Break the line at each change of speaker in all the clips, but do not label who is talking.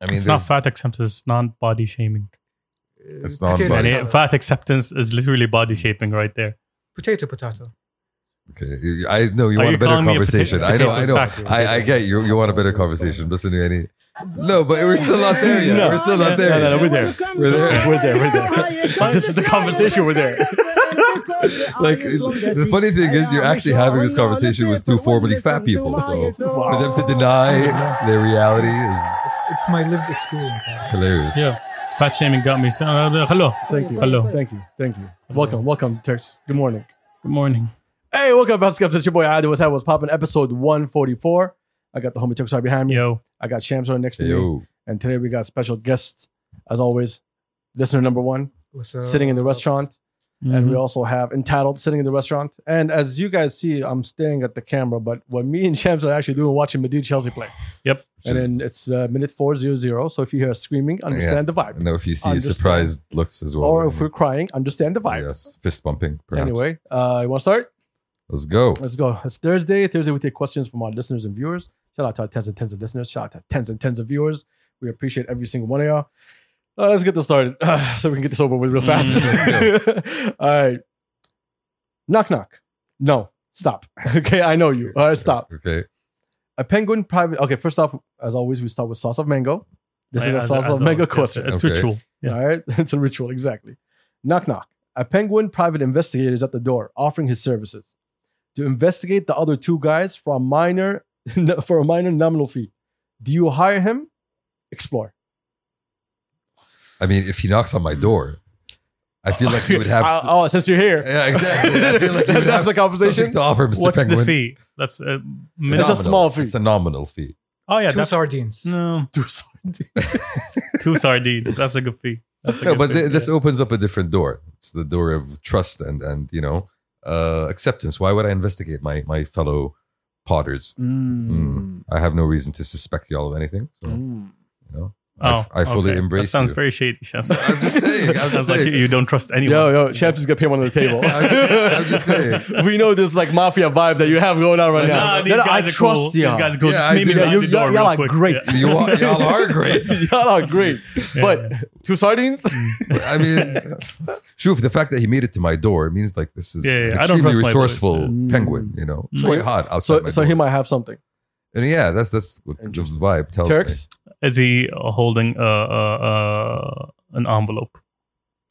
I mean,
it's not
there's-
fat acceptance, it's not body shaming.
It's not
And
Body-
it- fat acceptance is literally body shaping right there.
potato, potato.
Okay. I know you
Are
want
you
a better
calling me a
conversation.
potato-
I know, I
potato
know.
sack?
I, I get you. You want a better conversation. Listen to any. No, but we're still not there yet.
No.
we're still not
No,
there.
no, no,
yet.
we're there.
We're there.
We're there, we're there. This is the conversation, we're there.
Like the funny thing is, you're actually having this conversation with two formerly fat people. So for them to deny their reality is
It's, it's my lived experience.
hilarious.
Yeah. Fat shaming got me. So, uh, hello.
Thank you.
Hello.
Thank you. Thank you. Welcome. Welcome, Turks. Good morning.
Good morning.
Hey, welcome, Bounce Skeptics. It's your boy Adi. What's happening? What's popping? Episode 144. I got the homie Turks right behind me.
Yo.
I got Shams right next to me.
Yo.
And today we got special guests, as always. Listener number one,
So,
sitting in the restaurant.
Mm-hmm.
and we
Mhm.
also have entitled sitting in the restaurant and as you guys see i'm staring at the camera but what me and Shams are actually doing watching Madrid chelsea play
Yep.
and then
Just-
it's uh, minute 400 so if you hear us screaming understand the
I
vibe
know if you see
Understand.
surprised looks as well.
or if we're crying understand the vibe
Yes. Fist bumping. Perhaps.
anyway uh you want to start
Let's go.
let's go it's thursday thursday we take questions from our listeners and viewers shout out to our tens and tens of listeners shout out to our tens and tens of viewers we appreciate every single one of y'all uh, let's get this started so we can get this over with real fast
Mm,
all right knock knock no stop okay i know you all right stop
Okay.
A penguin private. Okay, first off, as always, we start with sauce of mango. This is
Oh, Yeah,
a
as-
sauce
as
of mango
always, yes,
question.
It's
Okay.
ritual. Yeah.
All right, it's a ritual exactly. Knock knock. A penguin private investigator is at the door, offering his services to investigate the other two guys for a minor for a minor nominal fee. Do you hire him? Explore.
I mean, if he knocks on my door, I feel like he would have.
Uh, oh, since you're here,
yeah, exactly. I feel like he would
That's
have
the conversation?
something to offer Mr.
What's
Penguin.
the fee? That's uh,
It's
minimum.
a small fee.
It's a nominal fee.
Oh, yeah.
two
That's,
sardines.
no.
do something.
Two sardines. That's a good fee. That's a
No,
good
but
fee.
th- this
Yeah.
opens up a different door. It's the door of trust and and you know uh, acceptance. Why would I investigate my my fellow Potters? Hmm.
Mm.
I have no reason to suspect y'all of anything. So
Mm.
you know,
Oh,
I, I fully
okay. That
embrace.
sounds
you.
very shady, Shams.
I'm just saying. I'm
Sounds
just
like you,
saying.
you don't trust anyone.
Yo, yo, Champs is gonna pay one on the table.
I'm just- I'm just saying.
we know this like mafia vibe that you have going on right
Nah,
now.
these
No, no,
guys
I
are
trust
cool.
y'all.
These guys are cool.
Yeah,
Just
I
meet me
do.
behind
Yeah,
the
you-
door
y'all
real
are
quick.
great.
Yeah.
You are, y'all are great.
y'all are great.
Yeah,
But two sardines?
I mean, Shuf, the fact that he made it to my door means like this is
Yeah, yeah,
an
I don't
extremely
trust my boys,
resourceful
yeah.
penguin. You know, it's
Mm.
quite hot outside.
So
my
so
door.
he might have something.
And yeah, that's that's what the
Interesting.
vibe tells
Turks?
Is he uh, holding uh, uh, uh, an envelope?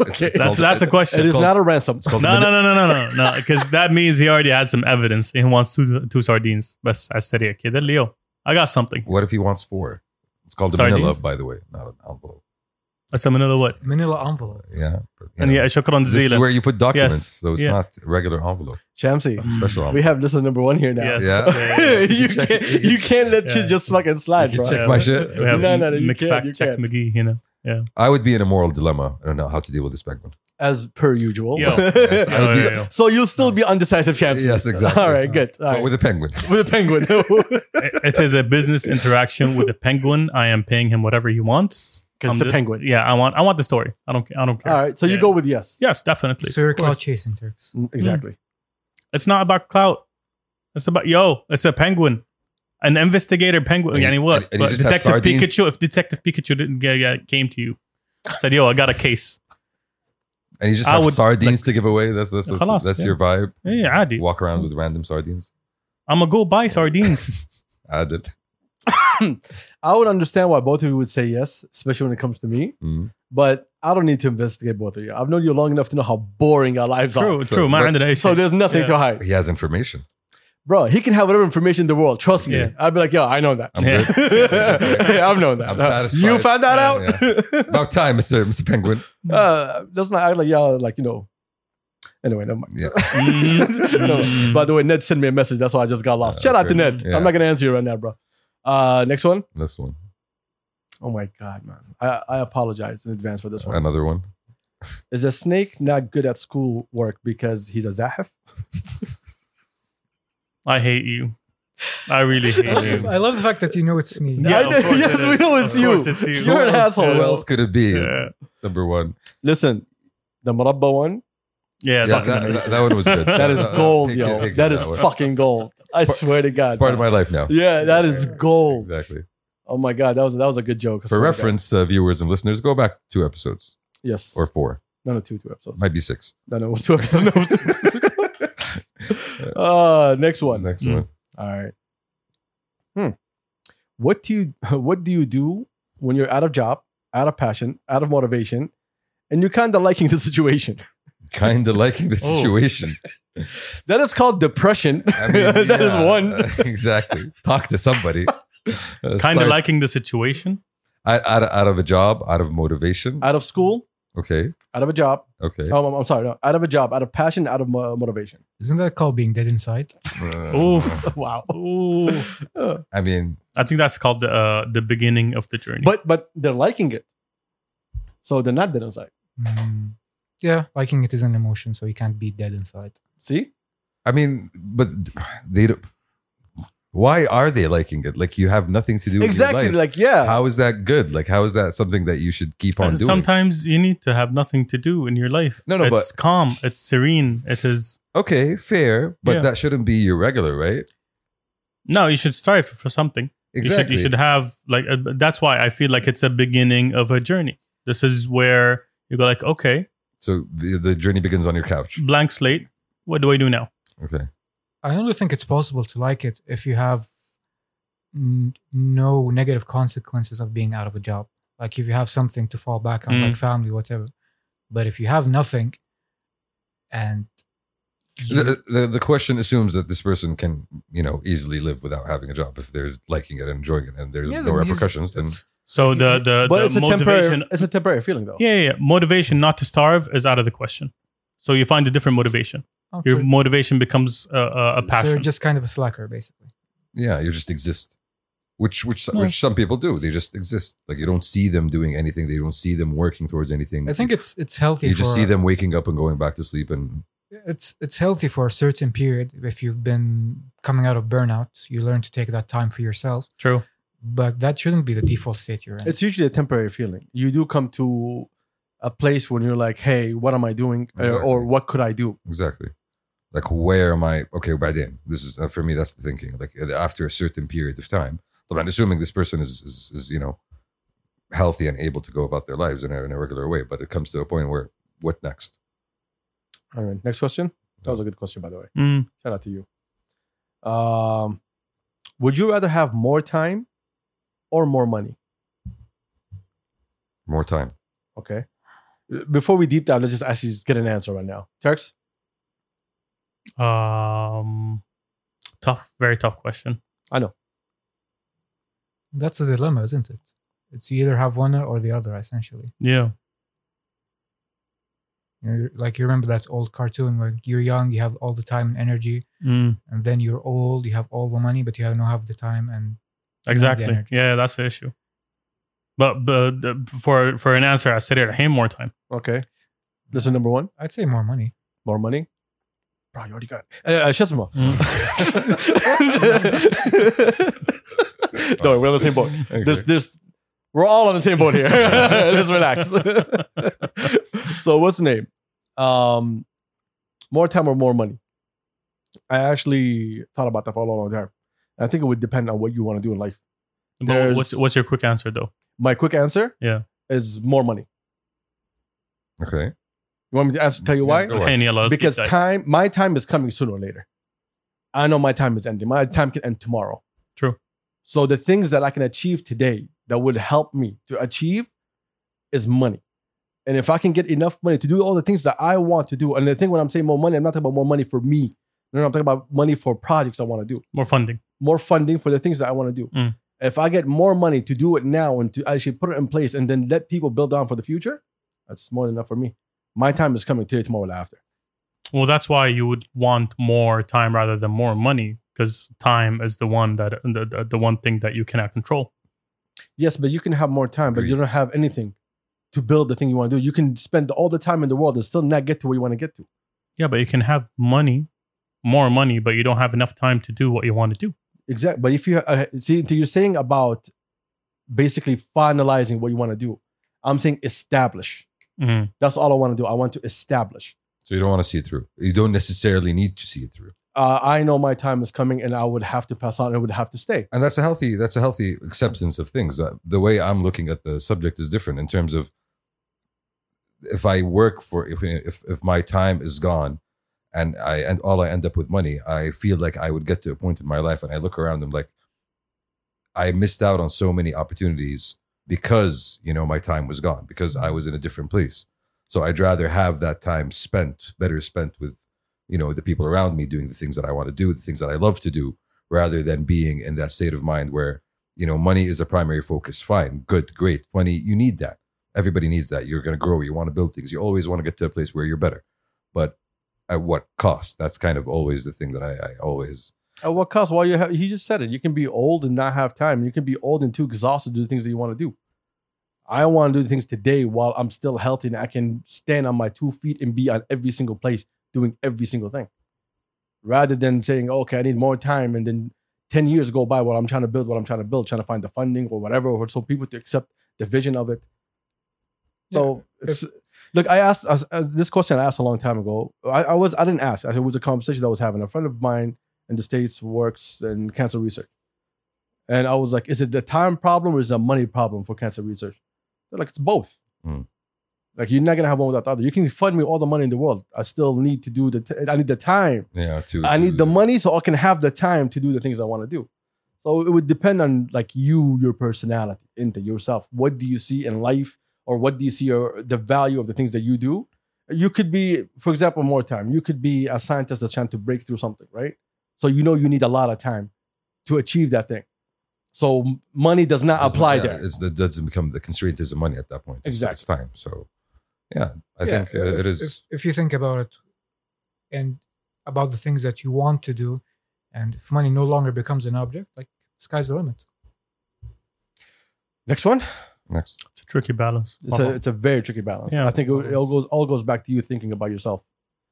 Okay.
It's
That's
called-
that's the question.
It is not a ransom.
me.
no, no, no, no, no, no, no, because that means he already has some evidence. He wants two two sardines. But I said, yeah, kid, Leo, I got something.
What if he wants four? It's called a
Sardines?
manila, by the way, not an envelope.
I said, another what?
Manila envelope.
Yeah. but, you
And
know,
yeah, shukran
this is
zila.
where you put documents,
Yes.
so it's
Yeah. Mm.
not a regular envelope,
Chamsy,
it's a special
we
envelope.
have listener number one here now.
Yes.
Yeah.
Yeah, yeah, yeah.
you, can't, you can't let
Yeah.
shit just fucking slide,
You
bro.
can check my shit.
We have
No, no, no, you
Mc-
can't,
fact
you
check
can't.
McGee, you know.
I would be in a moral dilemma. I don't know how to deal with this penguin.
As per usual.
Yo.
Yes, I
Yo,
would
yo,
be-
yo.
so you'll still be undecisive, Chamsy.
Yes, exactly.
All right, good. All
but
right.
with a penguin.
with a penguin.
It- it is a business interaction with a penguin. I am paying him whatever he wants.
'Cause
I'm
it's a
ju-
penguin.
Yeah, I want I want the story. I don't ca- I don't care.
All right, so you
Yeah.
go with yes.
Yes, definitely.
So you're
Of course.
cloud chasing Turks.
Mm, Exactly.
It's not about clout. It's about yo. It's a penguin, an investigator penguin.
And you-
And, what?
and- and you
but
just have
Detective
sardines?
Pikachu. If Detective Pikachu didn't get, get- came to you, said yo, I got a case.
And you just
I
have
would,
sardines to give away. That's that's that's,
Khalas,
that's
yeah.
your vibe.
Yeah, عادي.
Walk around with random sardines.
I'm gonna go buy sardines.
Add it.
I would understand why both of you would say yes, especially when it comes to me.
Mm.
But I don't need to investigate both of you. I've known you long enough to know how boring our lives
true,
So-
true.
but-
Man,
are. So there's nothing
Yeah.
to hide,
He has information.
bro. He can have whatever information in the world. Trust me.
Yeah.
I'd be like, yo, I know that.
I'm
Yeah.
good.
Hey, I've known that.
I'm
Uh,
satisfied.
You found that
Yeah,
out.
About time, Mister Mister Penguin.
uh, let's not act like y'all like you know. Anyway, never mind.
Yeah.
Mm-hmm. "Mm,
No, By the way, Ned sent me a message. That's why I just got lost.
Uh,
Shout out
okay.
to Ned.
Yeah.
I'm not gonna answer you right now, bro. Uh, next one.
This one,
Oh my god, man. I, I apologize in advance for this one.
another one.
Is a snake not good at school work because he's a zahif?
I hate you. I really hate
I love,
you.
I love the fact that you know it's me.
Yeah.
Mm-hmm. of
I know.
course
Yes,
it
we
is.
know it's
Of
you.
course it's you.
You're an asshole.
Who
Yeah.
else could it be?
Yeah,
Number one.
Listen, the murabba one,
yeah,
Yeah,
that,
that, that- that one was good.
that is
Uh,
gold,
take it-
yo.
take it,
that is
one.
fucking gold. I
It's part-
swear to
It's
God.
part of my life now.
yeah, that is gold.
Exactly.
Oh my god, that was that was a good joke. I
For
swear to oh God.
reference, uh, viewers and listeners, go back two episodes
yes,
or
or
four,
no, no, two two episodes.
might be six.
no, no, two episodes. No, it was two episodes. uh, next one.
Next
Mm.
one.
All right. Hmm. What do you What do you do when you're out of job, out of passion, out of motivation, and you're kind of liking the situation?
Kind of liking the
Oh.
situation.
That is called depression.
I
That is one.
exactly. Talk to somebody.
Kind of liking the situation.
out, out, out of a job, out of motivation.
out of school,
Okay.
out of a job.
Okay.
Oh, I'm, I'm sorry. No, out of a job, out of passion, out of mo- motivation.
Isn't that called being dead inside?
Oh.
Uh,
Ooh,
Wow.
ooh.
I mean,
I think that's called the uh, the beginning of the journey.
But but they're liking it, so they're not dead inside.
Hmm. Yeah, liking it is an emotion, so you can't be dead inside.
See,
I mean, but they don't. Why are they liking it? Like you have nothing to do with
exactly.
your life.
Like yeah.
how is that good? Like how is that something that you should keep on
And
doing?
sometimes you need to have nothing to do in your life.
No, no,
it's calm. It's serene. It is.
okay, fair, but
Yeah.
that shouldn't be your regular, right?
No, you should strive for something.
Exactly.
You should, you should have like uh, that's why I feel like it's a beginning of a journey. This is where you go like, okay,
so the, the journey begins on your couch.
blank slate. What do I do now?
Okay.
I only think it's possible to like it if you have n- no negative consequences of being out of a job. Like if you have something to fall back on,
Mm.
like family, whatever. But if you have nothing, and you-
Mm-hmm.
The, the, the question assumes that this person can, you know, easily live without having a job if they're liking it and enjoying it and there's
Yeah,
no
then he's-
repercussions. Then
it's-
So the the,
but
the
it's a
motivation.
temporary. It's a temporary feeling though.
Yeah, yeah, yeah, motivation not to starve is out of the question. So you find a different motivation.
oh,
Your
so-
motivation becomes a, a, a
so
passion.
you're just kind of a slacker, basically.
yeah, you just exist. Which which
No.
which some people do. They just exist. Like you don't see them doing anything. They don't see them working towards anything.
I think it's it's healthy.
you just
for-
see them waking up and going back to sleep and
It's it's healthy for a certain period if you've been coming out of burnout. You learn to take that time for yourself,
True.
but that shouldn't be the default state you're in.
It's usually a temporary feeling. You do come to a place when you're like, hey, what am I doing? Uh,
Exactly.
Or what could I do?
exactly like where am i okay by then this is uh, for me that's the thinking like uh, after a certain period of time but i'm assuming this person is is, is you know healthy and able to go about their lives in a, in a regular way but it comes to a point where what next
All right, next question. That was a good question, by the way.
Mm.
Shout out to you. Um, would you rather have more time or more money?
more time
Okay. Before we deep dive, let's just actually just get an answer right now. Turks,
Um, tough, very tough question.
That's a dilemma, isn't it? It's you either have one or the other, essentially.
Yeah.
You know, you're- like you remember that old cartoon where you're young, you have all the time and energy,
Mm.
and then you're old, you have all the money, but you have no have the time. And
Exactly.
energy.
Yeah, that's the issue. But but the- for for an answer, I said it. Hey, more time.
okay. This is number one.
I'd say more money.
More money. Bro, you already got it. Uh, uh, Shazma.
Mm.
Don't worry, we're on the same boat. There's, there's, we're all on the same boat here. Let's relax. so, what's the name? Um, more time or more money? I actually thought about that for a long, long time. I think it would depend on what you want to do in life.
But
There's-
what's what's your quick answer though?
My quick answer,
Yeah.
is more money.
okay
You want me to answer? Tell you
Yeah,
why?
go ahead.
Hey, Neil, let's
because
deep dive.
time, my time is coming sooner or later. I know my time is ending. My time can end tomorrow.
True.
So the things that I can achieve today that would help me to achieve is money. And if I can get enough money to do all the things that I want to do, and the thing when I'm saying more money, I'm not talking about more money for me. No, no, I'm talking about money for projects I want to do,
more funding.
more funding for the things that I want to do.
Mm.
If I get more money to do it now and to actually put it in place and then let people build on for the future, that's more than enough for me. My time is coming today, tomorrow, and after.
Well, that's why you would want more time rather than more money because time is the one that the, the, the one thing that you cannot control.
Yes, but you can have more time, but you
Agreed.
don't have anything to build the thing you want to do. You can spend all the time in the world and still not get to where you want to get to.
Yeah, but you can have money, more money, but you don't have enough time to do what you want to do.
Exactly. But if you uh, see, to you're saying about basically finalizing what you want to do, I'm saying establish. Mm-hmm. That's all I want to do. I want to establish.
so you don't want to see it through you don't necessarily need to see it through
uh, I know my time is coming and I would have to pass on. I would have to stay.
and that's a healthy that's a healthy acceptance of things Uh, the way i'm looking at the subject is different in terms of if i work for if if, if my time is gone and i and all i end up with money i feel like i would get to a point in my life and i look around and I'm like i missed out on so many opportunities because you know my time was gone because i was in a different place so i'd rather have that time spent better spent with you know the people around me doing the things that i want to do the things that i love to do rather than being in that state of mind where you know money is the primary focus fine good great money you need that everybody needs that you're going to grow you want to build things you always want to get to a place where you're better but at what cost that's kind of always the thing that i, I always
At what cost? Well, you have, he just said it. You can be old and not have time. You can be old and too exhausted to do the things that you want to do. I want to do the things today while I'm still healthy and I can stand on my two feet and be on every single place doing every single thing. Rather than saying, okay, I need more time and then 10 years go by while I'm trying to build what I'm trying to build, trying to find the funding or whatever, or so people to accept the vision of it. So it's, look, I asked I was- uh, this question. I asked a long time ago. I, I was I didn't ask. I said it was a conversation that I was having. A friend of mine in the states works in cancer research, and I was like, "Is it the time problem or is it a money problem for cancer research?" They're like, "It's both."
Hmm.
Like you're not gonna have one without the other. You can fund me all the money in the world. I still need to do the. T- I need the time.
you know to
I need
to-
the money so I can have the time to do the things I want to do. So it would depend on like you, your personality, into yourself. What do you see in life, or what do you see or the value of the things that you do? You could be, for example, more time. You could be a scientist that's trying to break through something, right? So you know you need a lot of time to achieve that thing. So m- money does not
doesn't-
apply
yeah,
there.
it's, that doesn't become the constraint is the money at that point It's-
Exactly.
it's time so yeah i
Yeah,
think uh,
if,
it is
If, if you think about it and about the things that you want to do, and if money no longer becomes an object, like sky's the limit.
Next one.
next
It's a tricky balance.
It's a it's a very tricky balance.
Uh-huh. Yeah,
I think it,
of
it all
course.
goes all goes back to you thinking about yourself.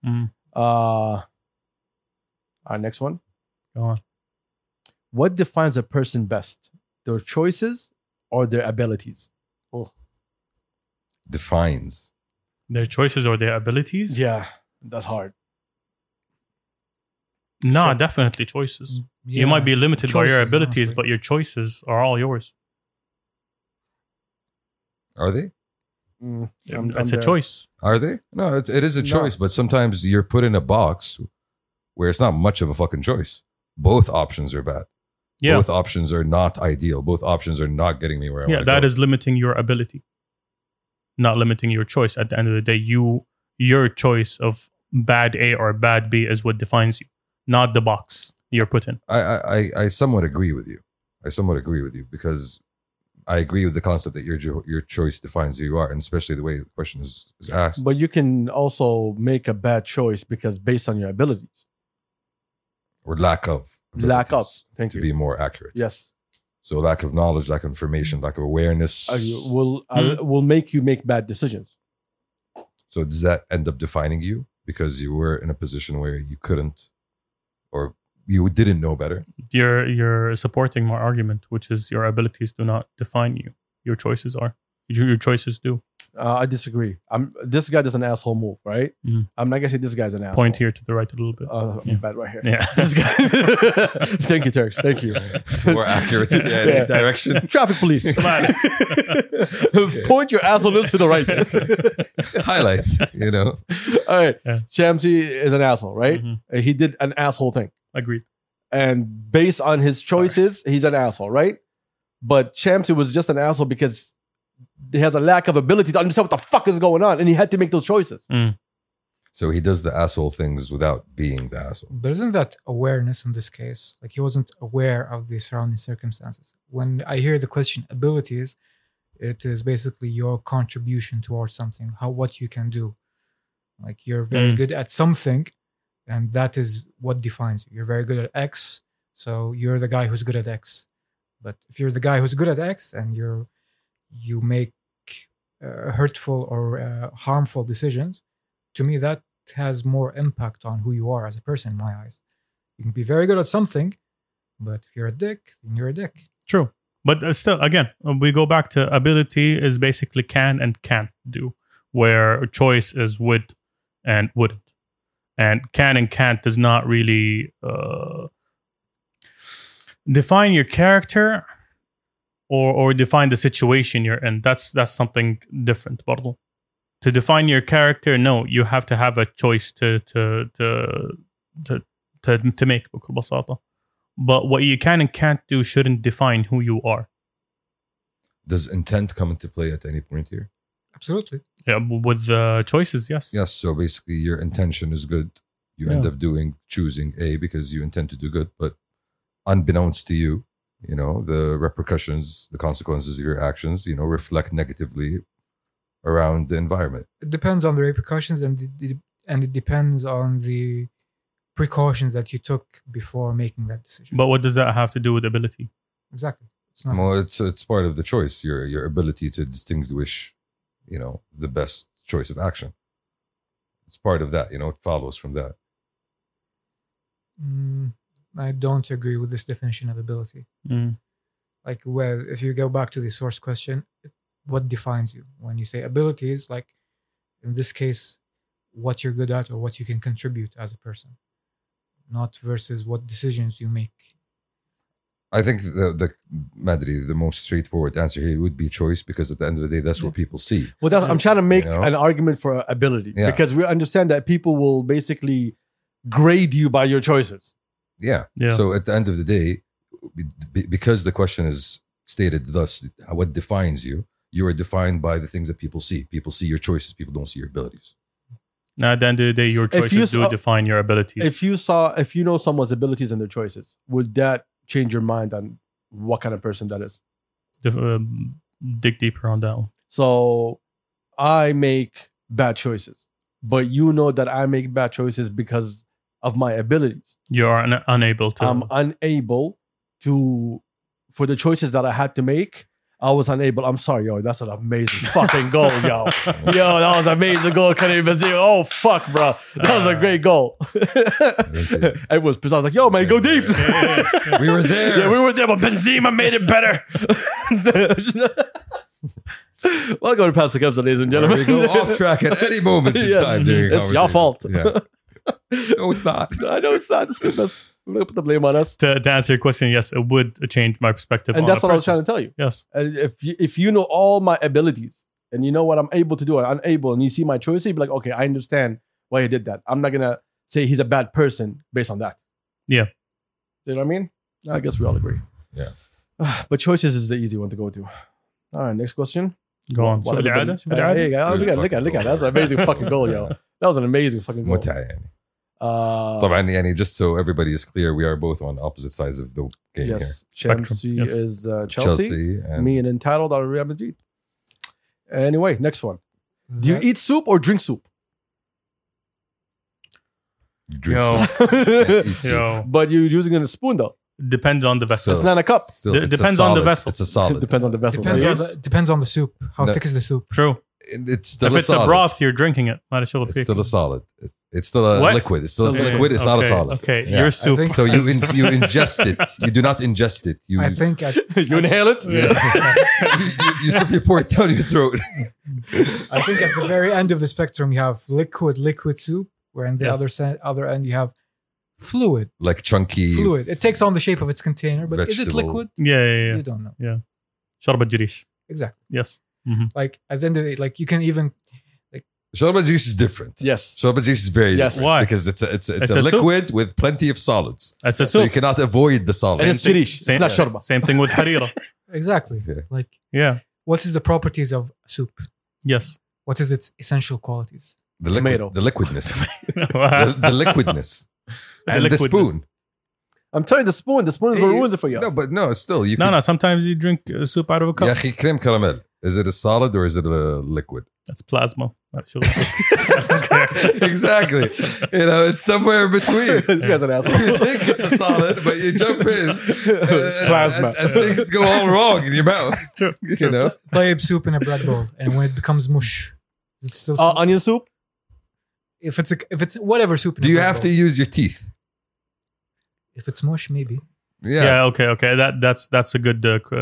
Mm.
Uh, all right, next one.
Go on.
What defines a person best? Their choices or their abilities?
defines
their choices or their abilities.
Yeah, that's hard.
No,
Sure.
definitely choices.
Mm,
You might be limited by your
Choices,
abilities,
honestly.
but your choices are all yours.
are they
Mm, I'm- I'm
It's a
there.
choice.
Are they? No, it, it is a
No.
choice, but sometimes you're put in a box where it's not much of a fucking choice. Both options are bad.
Yeah.
Both options are not ideal. Both options are not getting me where I
yeah
want to go.
that is limiting your ability not limiting your choice at the end of the day you your choice of bad a or bad b is what defines you not the box you're put in
I, I, I- I somewhat agree with you. I somewhat agree with you because I agree with the concept that your jo- your choice defines who you are, and especially the way the question is, is asked.
But you can also make a bad choice because based on your abilities,
or lack of.
lack up.
abilities,
Thank
To
you.
be more accurate.
yes,
So lack of knowledge, lack of information, lack of awareness.
I will I
Hmm?
will make you make bad decisions.
So does that end up defining you because you were in a position where you couldn't or you didn't know better?
you're you're supporting my argument which is your abilities do not define you your choices are your, your choices do
Uh, I disagree. I'm this guy does an asshole move, right?
Mm.
I'm not gonna say this guy's an asshole.
point here to the right a little bit
Uh,
Yeah.
bad right here.
yeah
This guy. Thank you, Turks. Thank you.
More accurate yeah, in any
Yeah.
direction.
Traffic police.
Come on.
Point your assholeness to the right.
Highlights, you know.
All right.
Yeah.
Shamsi is an asshole, right?
Mhm.
Uh, He did an asshole thing.
agreed
And based on his choices, he's an asshole, right? But Shamsi was just an asshole because he has a lack of ability to understand what the fuck is going on. And he had to make those choices.
So he does the asshole things without being the asshole.
But isn't that awareness in this case? Like he wasn't aware of the surrounding circumstances. When I hear the question abilities, it is basically your contribution towards something, how what you can do. Like you're very
Mm.
good at something, and that is what defines you. You're very good at X, so you're the guy who's good at X. But if you're the guy who's good at X and you're you make uh, hurtful or uh, harmful decisions, to me that has more impact on who you are as a person in my eyes. You can be very good at something, but if you're a dick, then you're a dick.
True. But uh, still, again, uh, we go back to ability is basically can and can't do, where choice is would and wouldn't. and can and can't does not really uh, define your character or or define the situation you're in. That's that's something different, برضو. To define your character, no, you have to have a choice to to to to to, to make بكل بساطة. But what you can and can't do shouldn't define who you are.
Does intent come into play at any point here?
Absolutely.
Yeah, with the choices, yes.
Yes. So basically, your intention is good. You end up doing choosing A because you intend to do good, but unbeknownst to you, you know the repercussions, the consequences of your actions, you know, reflect negatively around the environment.
It depends on the repercussions and it- it, and it depends on the precautions that you took before making that decision.
But what does that have to do with ability?
exactly. It's not
Well, it's it's part of the choice. Your your ability to distinguish, you know, the best choice of action. It's part of that. You know, it follows from that.
Mm, I don't agree with this definition of ability.
Mm,
Like, well, if you go back to the source question, what defines you? When you say abilities, like in this case, what you're good at or what you can contribute as a person, not versus what decisions you make.
I think the the Madri, the most straightforward answer here would be choice because at the end of the day, that's what people see.
Well, that's, I'm trying to make
You know?
an argument for ability
Yeah.
because we understand that people will basically grade you by your choices.
Yeah.
Yeah.
So at the end of the day, be- because the question is stated thus, what defines you? You are defined by the things that people see. People see your choices. People don't see your abilities.
Now, at the end of the day, your
If you
choices do
saw-
define your abilities.
If you saw, if you know someone's abilities and their choices, would that change your mind on what kind of person that is?
Def- um, dig deeper on that one.
So I make bad choices, but you know that I make bad choices because of my abilities.
You are un- unable to.
I'm unable to, for the choices that I had to make, I was unable. I'm sorry, yo, that's an amazing fucking goal, yo. Yo, that was amazing goal. Couldn't even see. Oh fuck, bro, that was a great goal.
That's it.
Everyone's pissed. I was like, yo, man, go deep.
Yeah, yeah.
We were there.
Yeah, we were there, but Benzema made it better. Welcome to Past the Cups, ladies and gentlemen.
We go off track at any moment in
Yes.
time. during
It's your
conversation.
fault.
Yeah. No, it's not.
I know it's not. It's good. That's, we're gonna put the blame on us.
to, to answer your question, yes, it would change my perspective.
And
on
that's
a
what I was
person.
trying to tell you.
Yes.
And if you, if you know all my abilities and you know what I'm able to do and unable, and you see my choices, you'd be like, okay, I understand why he did that. I'm not gonna say he's a bad person based on that.
Yeah.
You know what I mean? I guess we all agree.
Yeah.
But choices is the easy one to go to. All right, next question.
Go on. شوف
What have you
العادة،
been-
شوف العادة.
Hey, guys,
Good
look at look at look at that's an amazing fucking goal, yo. That was an amazing fucking goal.
متعة يعني.
Uh,
طبعا يعني just so everybody is clear, we are both on opposite sides of the game here.
yes,
Spectrum,
Chelsea
yes.
is uh, Chelsea.
and
Me and entitled are Real Madrid. Anyway, next one. Do you
That-
eat soup or drink soup?
drinks
Yo.
soup. Can't eat
but
soup.
Yo,
you're using it in a spoon though.
depends on the vessel.
It's not in a cup.
Still,
D-
it's a
depends on the
solid.
vessel.
It's a
It
solid.
depends on the vessel.
Depends,
So
on
yes.
the, depends on the soup. How
No.
thick is the soup?
True.
And it's still
if
a
it's
solid.
a broth, you're drinking it. Not a شغل
it's
فيك.
still a solid. It- It's still a
What?
liquid. It's still a
Okay,
liquid. It's not a
okay,
solid.
Okay,
Yeah.
your soup.
think-
So you in, you ingest it. You do not ingest it. You
I think at,
you inhale it.
you, you- you simply pour it down your throat.
I think at the very end of the spectrum you have liquid liquid soup, where in the
Yes.
other sen- other end you have fluid
Like chunky
fluid. It takes on the shape of its container, but is it
Vegetable.
liquid?
Yeah, yeah, yeah.
You don't know
شربة جريش.
exactly.
Yes.
Like at the end of it, like you can even
Shorba juice is different.
Yes.
Shorba juice is very
Yes.
different
Why?
because it's a, it's a, it's
It's
a,
a soup.
liquid with plenty of solids.
That's a
So you
soup.
cannot avoid the
And
solids.
it's jirish. It's not shorba.
Same thing with harira.
exactly
Yeah.
like
Yeah.
what is the properties of soup?
Yes.
What is its essential qualities?
The, liquid,
Tomato.
the liquidness. the, the liquidness. And the,
liquidness.
spoon.
I'm telling you, the spoon. The spoon is what ruins it for you.
No, but no, still. You
No,
could,
no. Sometimes you drink uh, soup out of a cup.
يا أخي, creme caramel. Is it a solid or is it a liquid?
That's plasma. Not a شغل.
exactly. You know, it's somewhere in between.
this guy's an
you
asshole.
think it's a solid, but you jump in. and-
it's plasma.
And, and things go all wrong in your mouth.
True,
You
true.
know?
Type soup in a bread bowl, and when it becomes mush, it's still
Uh,
soup?
onion soup.
if it's a, if it's whatever soup. in
Do you
a bread
have to
bowl.
use your teeth?
If it's mush, maybe.
Yeah.
Yeah. Okay. Okay. That that's that's a good uh, uh,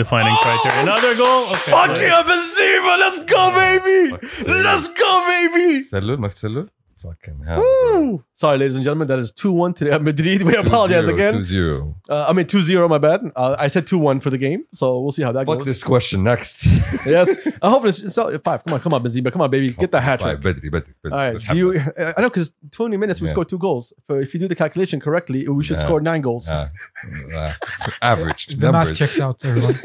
defining
Oh!
criteria. Another goal. Okay.
Fucking Benzema. Let's go, baby.
Fuck's sake.
Let's go, baby.
سلول ما في سلول؟ Fucking hell. bro.
Woo! Sorry, ladies and gentlemen, that is 2 1 to Real Madrid. We apologize
2-0,
again.
2-0.
Uh, I mean, 2 0, my bad. Uh, I said 2 1 for the game, so we'll see how that
Fuck
goes.
this question next.
yes. I hope it's, it's not five. Come on, come on, Benzema. Come on, baby. Get the hat trick.
Five, Bedri, Bedri, Bedri.
All right. Do you, I know because 20 minutes we
Yeah.
scored two goals. So if you do the calculation correctly, we should
Yeah.
score nine goals.
Ah, ah, average
The math
numbers.
checks out, everyone.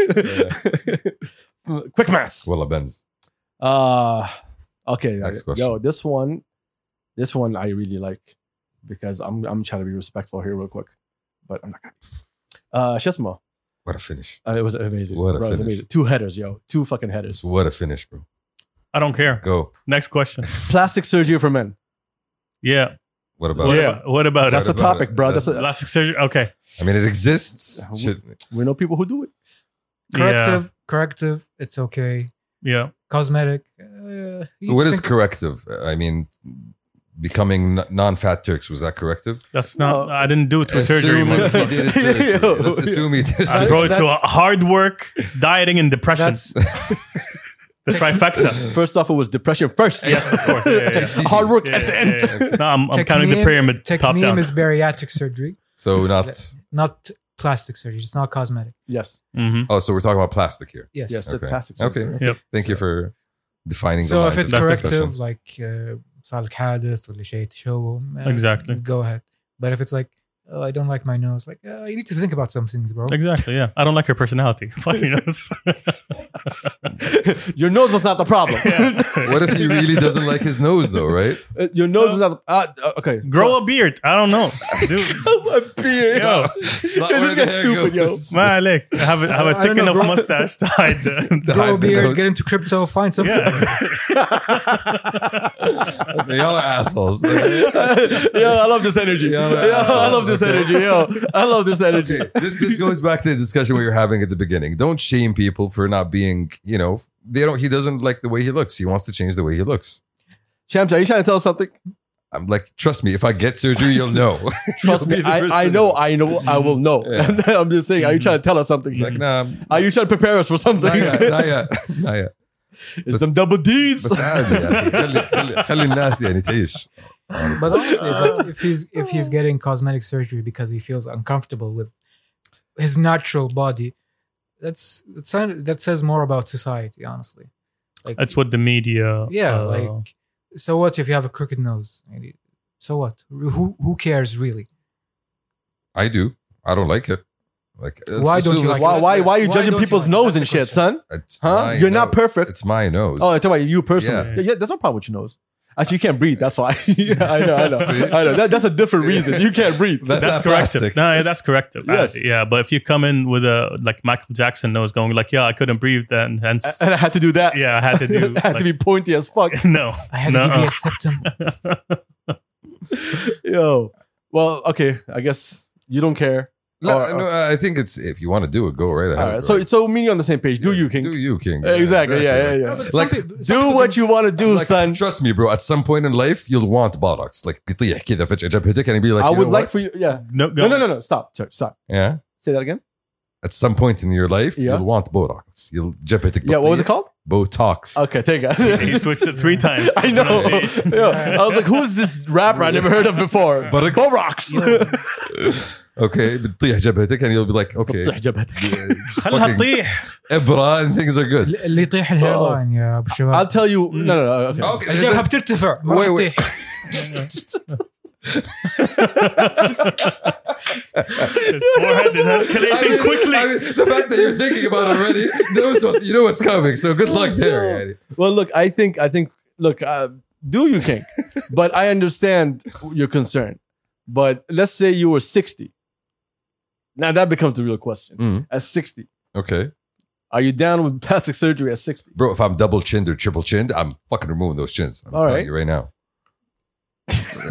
Quick maths.
Well, Benz.
Uh, okay.
Next
I-
question.
Yo, this one, this one I really like because I'm I'm trying to be respectful here real quick, but I'm not gonna. Be. Uh, Shesmo,
What a finish.
uh, it was amazing.
What a
Bro, it was
finish.
amazing. Two headers, yo, two fucking headers.
It's what a finish, bro.
I don't care.
Go.
Next question.
Plastic surgery for men.
Yeah.
What about
What
it?
Yeah.
about, what about
That's
it?
the
about
topic,
it?
bro. That's, a,
Elastic surgery. Okay.
I mean, it exists.
Uh,
Shit.
we know people who do it.
Corrective, corrective. It's okay.
Yeah.
Cosmetic. Uh, you
What is
think-
corrective? I mean, becoming n- non-fat Turks was that corrective?
That's not.
No.
I didn't do it with surgery.
Assume he
motherfucker.
did it surgery.
Yo.
Let's assume he did.
I
surgery.
brought it to
That's-
hard work, dieting, and depression.
That's
The trifecta.
First off, it was depression first.
Yes, of course. Yeah, yeah, yeah.
Hard work
Yeah,
at the
yeah,
end.
yeah, yeah. No, I'm, I'm counting the
Technique-
pyramid top
technique
down.
is bariatric surgery,
So not.
not plastic surgery. It's not cosmetic.
Yes.
Mhm.
Oh, so we're talking about plastic here.
Yes.
Yes.
Okay.
The plastic
Okay.
surgery.
Thank you for defining. the
So if
lines
it's
of
That's the
corrective,
discussion.
like uh, صار حادث ولا شيء تشوم uh,
Exactly.
go ahead. But if it's like oh, I don't like my nose, like uh, you need to think about some things, bro.
Exactly. Yeah. I don't like her personality. Fucking knows.
Your nose was not the problem.
what if he really doesn't like his nose though? Right?
Uh, Your nose
So-
is not. Uh, okay.
Grow a beard. I don't know. Dude.
a beard.
Yo.
It's
Yo, this guy's stupid, yo.
My leg. I have a, I have
I
a
don't
thick
know,
enough
bro.
mustache to hide. the-
Grow a
Hide the
beard,
nose.
get into crypto, find something.
yeah.
They all are assholes.
yo, I love this energy. Yo,
Yo,
I love this energy. Yo, I love this energy.
Okay, this this goes back to the discussion we were having at the beginning. Don't shame people for not being, you know, they don't. He doesn't like the way he looks. He wants to change the way he looks.
Champs, are you trying to tell us something?
I'm like, trust me, if I get surgery, you'll know.
Trust
You'll
me,
be the first
I, I
to
know, I know, I will know.
Yeah.
I'm just saying, are you trying to tell us something here?
Like, nah,
Are you trying to prepare us for something?
not yet, not yet, not yet.
it's some double D's.
بس عادي يعني خلي خلي خلي الناس يعني تعيش.
But honestly, it's like if he's if he's
Oh.
getting cosmetic surgery because he feels uncomfortable with his natural body, that's that sound- that says more about society, honestly. Like
That's what the media.
yeah,
uh,
like so what if you have a crooked nose? Maybe. So what? Who who cares really?
I do. I don't like it. Like it's-
Why
it's
don't you
just-
like
why, why, why are you
Why
judging
don't you
people's
like-
nose
that's
and
the
shit, son?
It's
Huh?
my
You're not
nose.
perfect.
It's my nose.
Oh, I talk about you personally. Yeah.
Yeah.
yeah, there's no problem with your nose. Actually, you can't breathe. That's why. yeah, I know, I know,
See?
I know. That, that's a different reason. You can't breathe.
That's
that's
not
corrective.
plastic.
No, yeah, that's corrective.
Yes.
Uh, yeah, but if you come in with a like Michael Jackson nose, going like, "Yeah, I couldn't breathe," then hence,
and I had to do that.
yeah, I had to do.
I had
like,
to be pointy as fuck.
no,
I had to
No.
give you a septum.
Yo. Well, okay. I guess you don't care.
No,
Or-
no, I think it's if you want to do it, go right ahead.
All right.
bro.
So, so me and you on the same page. Do
Yeah,
you, King?
Do you, King?
exactly. Yeah, yeah, yeah.
Like,
Do what you want to do,
Like,
son.
Trust me, bro. At some point in life, you'll want botox. Like, يطيح كذا فجأة جبهتك and be like,
I
you
would
know
like
what?
for you. Yeah.
no,
No,
go.
no, no, no. Stop. Sorry, stop.
Yeah.
Say that again.
At some point in your life,
Yeah.
you'll want botox. You'll جبهتك
Yeah. What was it called?
Botox.
Okay. Thank you.
He switched it three times.
I know.
Pronunciation.
Yo, I was like, who's this rapper I never heard of before?
But it's-
Borox.
okay. بتطيح جبهتك and you'll be like, okay. yeah, just
خلها
fucking
تطيح.
إبرة and things are good.
اللي يطيح الهيرلاين يا ابو
Oh. I'll
الشباب
tell you. No, no, no. Okay.
Okay.
الجبهه بترتفع ما
Wait,
راح
wait.
تطيح
His forehead is
I mean,
escalating
I
quickly.
mean, the fact that you're thinking about it already knows what's, you know what's coming. So good luck
Oh,
there. يعني.
Well, look, I think, I think, look, uh, do you kink? but I understand your concern. But let's say you were 60. Now that becomes the real question.
Mm.
At 60,
Okay.
are you down with plastic surgery at 60?
Bro, if I'm double chinned or triple chinned, I'm fucking removing those chins. I'm
All
telling
right.
you right now.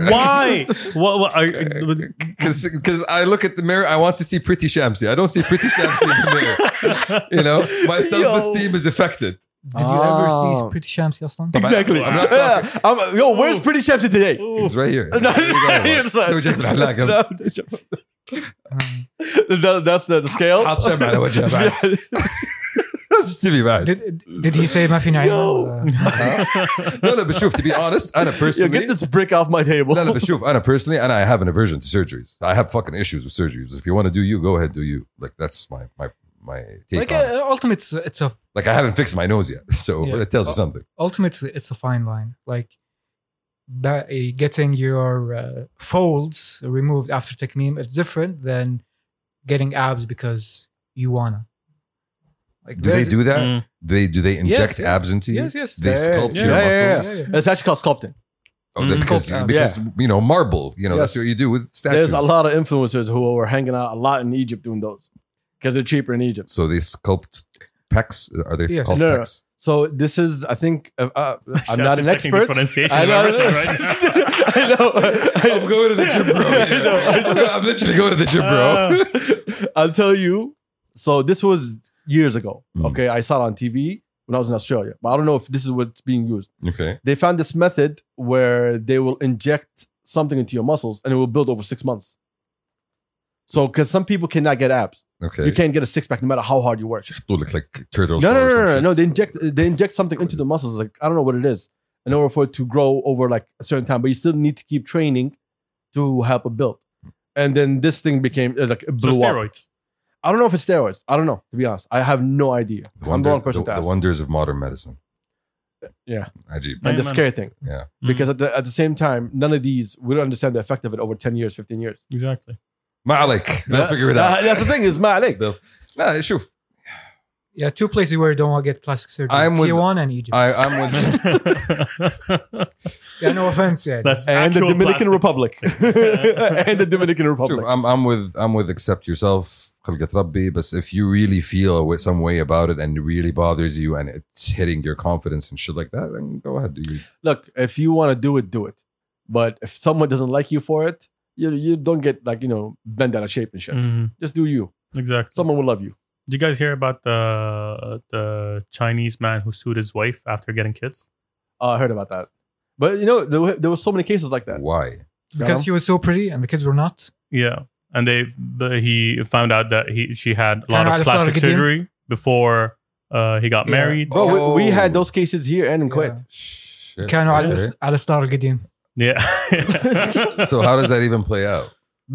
Why? What? what are, you-
Because I look at the mirror, I want to see pretty Shamsi. I don't see pretty Shamsi in the mirror. You know, my self esteem is affected.
Did you ever
Ah.
see Pretty Shamsi اصلا؟
Exactly.
I'm not
Yeah, I'm- yo, where's Pretty Chef today?
He's right here.
No,
Here you go.
you're sorry.
لو جيت من الحلاق أمس.
Um,
That- that's the, the scale.
حاط شمعة على وجهه بعد. just to be bad.
Did, did he say ما في نعيم؟
No.
ولا-
No, no, but شوف, to be honest, أنا
Yeah,
personally
get this brick off my table.
No, no, but شوف, أنا personally and I have an aversion to surgeries. I have fucking issues with surgeries. If you want to do you, go ahead, do you. Like that's my my my take
like
on it.
uh, ultimately it's, it's a
Like I haven't fixed my nose yet, so
Yeah.
it tells you
Oh.
something.
ultimately it's a fine line like that uh, getting your uh, folds removed after technique is different than getting abs because you wanna like
Do they
there's-
do that?
Mm.
Do they do they inject
yes.
abs into you?
yes yes
They
Yeah,
sculpt
yeah,
your
yeah, yeah,
muscles.
yeah.
Yeah, yeah.
It's actually called sculpting.
Oh, that's
Mm.
because
Sculpt abs.
because you know marble. You know that's
Yes.
what you do with statues.
There's a lot of influencers who are hanging out a lot in Egypt doing those because they're cheaper in Egypt.
So they sculpt pecs. Are they
Yes.
called
No, no.
pecs?
So this is, I think, uh, uh, I'm not
Shouts Mm. to
an
checking
expert.
Pronunciation
I know, I know.
right?
I know. I know.
I'm going to the gym, bro.
I know.
I'm, go- I'm literally going to the gym, bro.
Uh,
I'll tell you. So this was years ago.
Mm.
Hmm.
Okay, I saw it on TV when I was in Australia, but I don't know if this is what's being used.
okay.
They found this method where they will inject something into your muscles, and it will build over six months. So, because some people cannot get abs,
Okay.
you can't get a six pack no matter how hard you work.
do look like turtle.
No,
shell
no,
or
no,
some
no, no,
shit.
no. They inject they inject something into the muscles. Like I don't know what it is, in order for it to grow over like a certain time. But you still need to keep training to help it build. And then this thing became uh, like it
so
blew up.
steroids.
I don't know if it's steroids. I don't know. To be honest, I have no idea.
The
I'm the
wonder-
wrong person
the-
to
the
ask.
wonders of modern medicine.
Yeah.
Ajib.
and
Amen.
the scary thing,
Yeah.
because at the at the same time, none of these we don't understand the effect of it over ten years, fifteen years.
Exactly.
Malik. They'll
That-
figure it
that-
out.
That's the thing eh? is my leg.
They'll- No, shoof.
yeah two places where you don't want to get plastic surgery
I'm with-
Tijuana and Egypt
I, I'm with.
yeah no offense yeah
That's
And the
actual
Dominican
plastic.
Republic. and the Dominican
Sure,
Republic.
I'm, I'm with I'm with accept yourself, خلقة ربي. But if you really feel with some way about it and it really bothers you and it's hitting your confidence and shit like that, then go ahead. Do you?
look, if you want to do it, do it. But if someone doesn't like you for it, you you don't get like you know bent out of shape and shit.
Mhm,
Just do you.
Exactly.
Someone will love you.
Did you guys hear about the the Chinese man who sued his wife after getting kids?
Uh, I heard about that. But you know there, were- there were so many cases like that.
Why?
because she was so pretty and the kids were not
Yeah, and they but he found out that he she had a lot
Can I
of
just
plastic
start again?
surgery before uh, he got
Yeah.
married.
Oh.
Bro, we, we had those cases here and in
Yeah.
Kuwait.
Shit.
كانوا على
Okay.
على ستار القديم
Yeah.
So how does that even play out?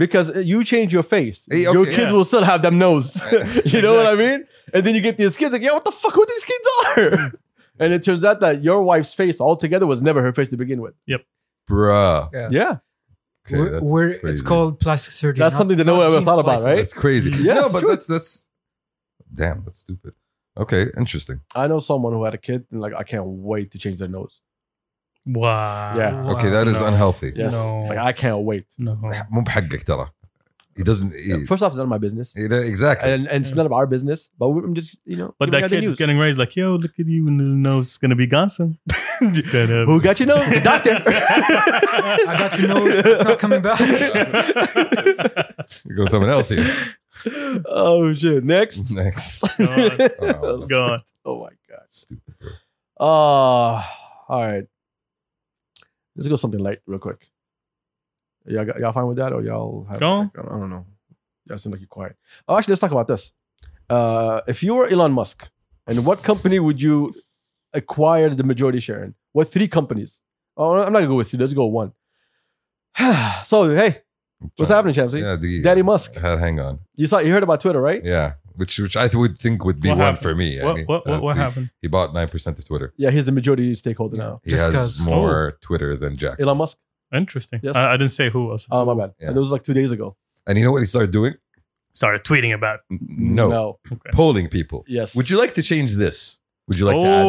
Because you change your face,
Hey,
your
okay,
kids
yeah.
will still have them nose. you know what I
Exactly.
mean? And then you get these kids like, yeah, what the fuck? Who these kids are? and it turns out that your wife's face altogether was never her face to begin with.
Bruh.
Yeah.
Yeah,
Okay,
We're-
that's
we're- it's
crazy.
called plastic surgery
That's
not-
something that no
not
one ever
gene
thought about,
splicing.
right?
That's crazy.
Mm. Yeah,
no,
it's
but
true.
that's that's damn, that's stupid. Okay, interesting.
I know someone who had a kid and like I can't wait to change their nose.
wow.
Yeah.
Okay, that is
No.
unhealthy.
Yes.
No.
It's Like I can't wait.
No.
مو بحقك ترى. He doesn't. He,
First off, it's none of my business,
he- exactly.
and, and it's none of our business. But we- I'm just you know.
But
giving
that
out the
kid is
news.
getting raised like, yo, look at you, and the nose is gonna be gone soon.
Who got your nose? The doctor.
I got your nose. It's not coming back.
Here goes someone else here.
oh shit! Next.
Next.
God.
Oh,
God.
Oh my god.
Stupid.
Uh, Ah, all right. Let's go something light real quick. Y'all, got- y'all fine with that, or y'all? Have,
Go on.
I don't know. Y'all seem like you're quiet. Oh, actually, let's talk about this. Uh, if you were Elon Musk, and what company would you acquire the majority share in? What three companies? Oh, I'm not gonna go with three. Let's go one. so hey, what's happening, Chamsy?
Yeah, the,
Daddy Musk.
Uh, hang on.
You saw, you heard about Twitter, right?
Yeah, which which I th- would think would be
What
one
happened?
for me. I
What,
mean,
what, what,
that's
what
the-
happened?
He bought nine percent of Twitter.
Yeah, he's the majority stakeholder now.
He
Just
has
'cause.
oh.
more Twitter than Jack.
Elon Musk.
Interesting.
Yes.
I, I didn't say who was.
Oh my bad.
Yeah.
That was like two days ago.
And you know what he started doing?
Started tweeting about.
N- No,
No.
polling people.
Yes.
Would you like to change this? Would you like
oh,
to add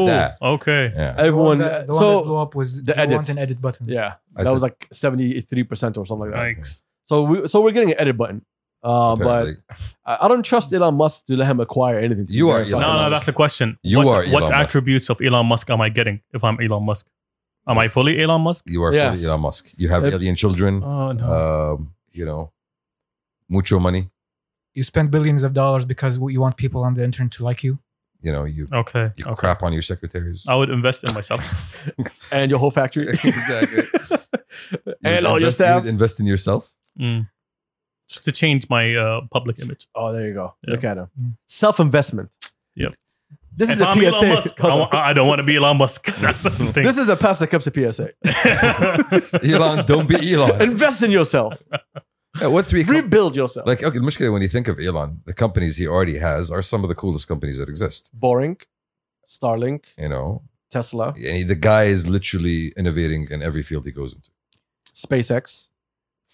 okay.
that? Yeah.
Everyone.
The one that, the one
so
that blew up was
the
the edit.
edit.
an edit button.
Yeah,
uh, I
that was
said-
like seventy three percent or something like that.
Yikes.
So we so we're getting an edit button. Uh, but
Apparently.
I I don't trust Elon Musk to let him acquire anything. to
You
be
are
very
Elon
fucking
No, no,
Musk.
that's the question.
You
what,
are
What
Elon Musk.
attributes of Elon Musk am I getting if I'm Elon Musk? Am I fully Elon Musk?
you are
Yes.
fully Elon Musk. You have
Uh,
alien children.
Oh no.
Um, you know, mucho money.
You spend billions of dollars because you want people on the internet to like you.
You know, you
okay.
you
okay.
crap on your secretaries.
I would invest in myself.
and your whole factory
exactly.
and
You'd
all your
invest- you'd
staff.
Invest in yourself.
Mm. Just to change my uh, public image.
Oh, there you go.
Yeah.
Look at him.
Mm.
Self investment.
Yep.
This
if
is a
I'm
PSA.
Elon Musk, I, wa- I don't want to be Elon Musk. That's the thing.
this is a pass that comes to PSA.
Elon, don't be Elon.
Invest in yourself.
Yeah, what three? com-
Rebuild yourself.
like okay, the mushkila when you think of Elon, the companies he already has are some of the coolest companies that exist.
Boring, Starlink,
You know,
Tesla,
and he, the guy is literally innovating in every field he goes into.
SpaceX,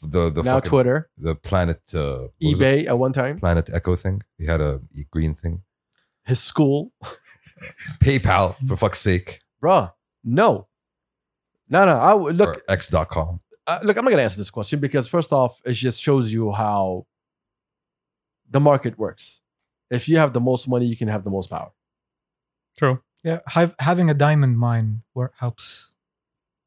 The the
now
fucking-
Twitter,
the planet uh, what was it?
eBay at one time,
planet Echo thing. He had a e- green thing.
his school.
PayPal for fuck's sake
Bruh, no. No, no. I would look
or X.com.
uh, look, I'm not gonna answer this question because first off, it just shows you how the market works. If you have the most money, you can have the most power.
True.
Yeah, hav- having a diamond mine wor- helps.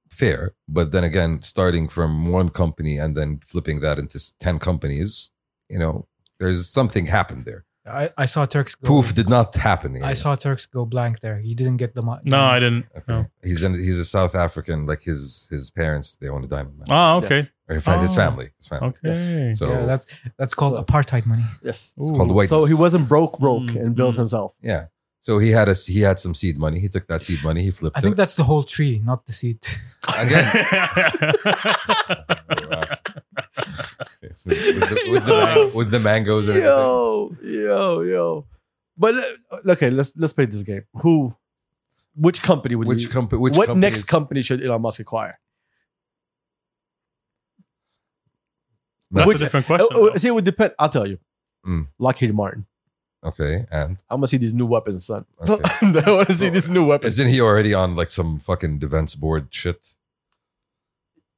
Fair, but then again, starting from one company and then flipping that into s- ten companies, you know, there's something happened there.
I, I saw Turks go,
Poof did not happen.
I saw Turks go blank there. He didn't get the mine.
No, I didn't.
Okay.
Oh.
No.
He's in, he's a South African. Like his his parents, they own a diamond mine.
Ah, okay.
Yes.
Or in fact, his
Oh.
family. His family.
Okay.
So
yeah, that's that's called
So-
apartheid money.
Yes.
it's called white.
So he wasn't broke, broke,
Mm,
and built
mm.
himself.
Yeah. So he had a he had some seed money. He took that seed money. He flipped
I think
it
that's the whole tree, not the seed.
again. with, the, with, the man- with the mangoes and everything.
Yo, yo, yo. But uh, okay, let's let's play this game. Who, which company would
Which
you?
company? Which
what
company
next
is-
company should Elon Musk acquire?
That's
Which-
a different
Uh,
question.
uh,
though.
see, it would depend. I'll tell you.
Mm.
Lockheed Martin.
Okay, and
I'm gonna see these new weapons, son.
Okay.
I want
Oh,
to see these new weapons.
isn't he already on like some fucking defense board shit?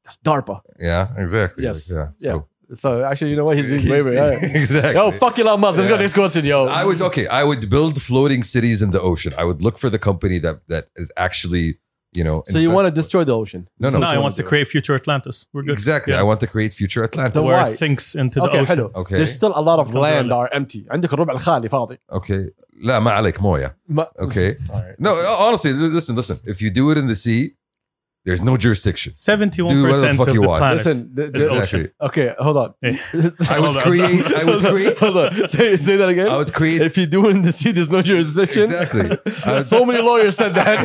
That's DARPA.
Yeah, exactly.
Yes.
Like, yeah. So
So actually, you know what? He's doing way better.
exactly.
Yo, fuck Elon Musk. Let's go
Yeah.
next question, yo.
I would okay. I would build floating cities in the ocean. I would look for the company that that is actually you know.
so you
invest-
want to destroy the ocean?
No,
This is
no,
what
he
you
wants to
wanna
create future Atlantis. We're
Exactly.
good. Yeah.
I want to create future Atlantis.
The
Where
why?
it sinks into
do.
the
Okay,
ocean.
hello.
Okay.
There's still a lot of
Don't
land
worry.
are empty. عندك الربع الخالي فاضي.
Okay. لا ما عليك مويه.
ما-
Okay.
All right.
No, honestly, li- listen, listen. If you do it in the sea, there's no jurisdiction.
Seventy-one
Do whatever the
percent
fuck
of
you
the
want.
planet.
Listen. The, the,
It's ocean.
Exactly.
okay, hold on.
I
Yeah.
would
Hold on.
create. I would
Hold on,
create.
Hold on. Say, say that again.
I would create.
if you do it in the sea, there's no jurisdiction.
Exactly. I would-
so many lawyers said that.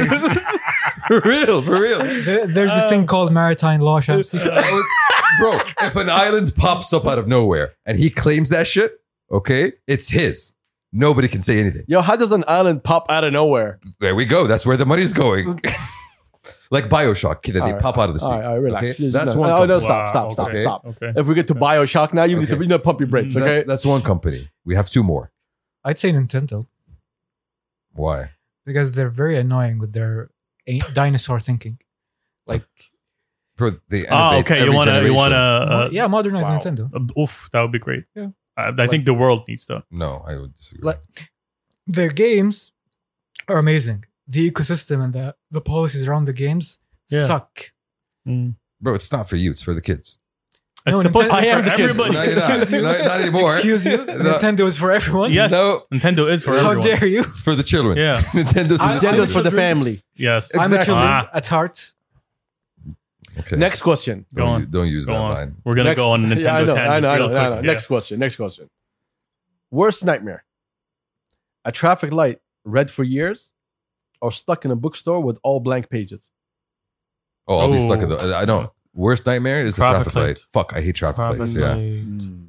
for real, for real.
There- There's this
Uh,
thing called maritime law, Shamsi.
I would- bro, if an island pops up out of nowhere and he claims that shit, okay, it's his. Nobody can say anything.
Yo, how does an island pop out of nowhere?
There we go. That's where the money's going. like Bioshock, kid, that they
All right.
pop out of the sea.
All right, all right, relax.
Okay?
Just-
That's
no,
one.
Oh, no,
company.
stop, stop,
Wow,
stop,
okay.
stop.
Okay.
If we get to Bioshock now, you need to
Okay.
you know, pump your brakes,
That's-
okay?
Mm, That's, that's one company. We have two more.
I'd say Nintendo
Why?
because they're very annoying with their a- dinosaur thinking. Like,
Bro, they
Ah,
innovate
okay. You
every
want to? You
generation.
want to? Uh,
mo- yeah, modernize
wow.
Nintendo.
uh, Oof, that would be great.
Yeah.
Uh, I think the world needs that.
No, I would disagree.
Like- Their games are amazing. The ecosystem and the, the policies around the games
Yeah.
suck.
Bro, it's not for you. It's for the kids.
It's
No,
supposed
Nintendo-
to
I am
be
the
for
kid.
everybody.
No, you're not. No, not anymore.
Excuse you, Nintendo is for everyone.
Yes,
No.
Nintendo is for
How
everyone.
dare you?
It's for the children.
Yeah.
Nintendo's for
I-
the
I'm
children.
Nintendo's for the
children.
family.
Yes.
I'm a
Exactly.
children
Ah.
at heart.
Okay.
Next question.
Go
Don't,
on.
u- don't use
Go
that
on.
line.
We're gonna
Next-
go on Nintendo.
yeah, I know, I
tangent
know, I
real
know, I know.
quick.
Next question. Next question. Worst nightmare: a traffic light red for years, or stuck in a bookstore with all blank pages.
Oh, I'll be
Oh.
stuck in the. I know. Worst nightmare is the
Traffic
traffic, light.
light.
Fuck, I hate traffic, lights. Yeah.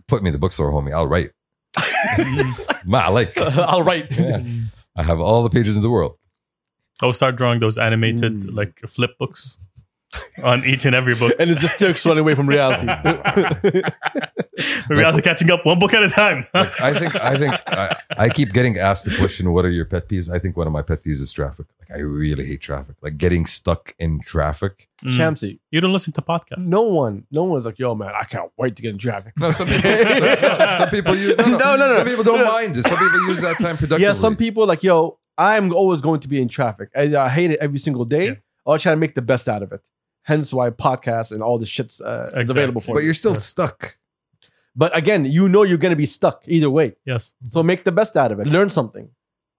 Put me in the bookstore, homie. I'll write.
Mm.
Ma, like
all right.
Yeah. I have all the pages in the world.
I'll start drawing those animated
Mm.
like flip books on each and every book.
And it's just Turks running away from reality.
We're reality catching up one book at a time.
Like, I think I think I, I keep getting asked the question, "What are your pet peeves?" I think one of my pet peeves is traffic. Like I really hate traffic. Like getting stuck in traffic.
Mm.
Shamsi,
You don't listen to podcasts.
no one, no one's like, yo, man, I can't wait to get in traffic.
No, some people. some people use no, no,
No, no, no.
Some people don't
No.
mind this. Some people use that time productively.
Yeah, some people like, yo, I'm always going to be in traffic. I, I hate it every single day.
Yeah.
I'll try to make the best out of it. Hence why podcasts and all this shit's uh, is
Exactly.
available for
But
you.
you're still stuck.
But again, you know you're going to be stuck either way.
Yes.
So make the best out of it. Learn something.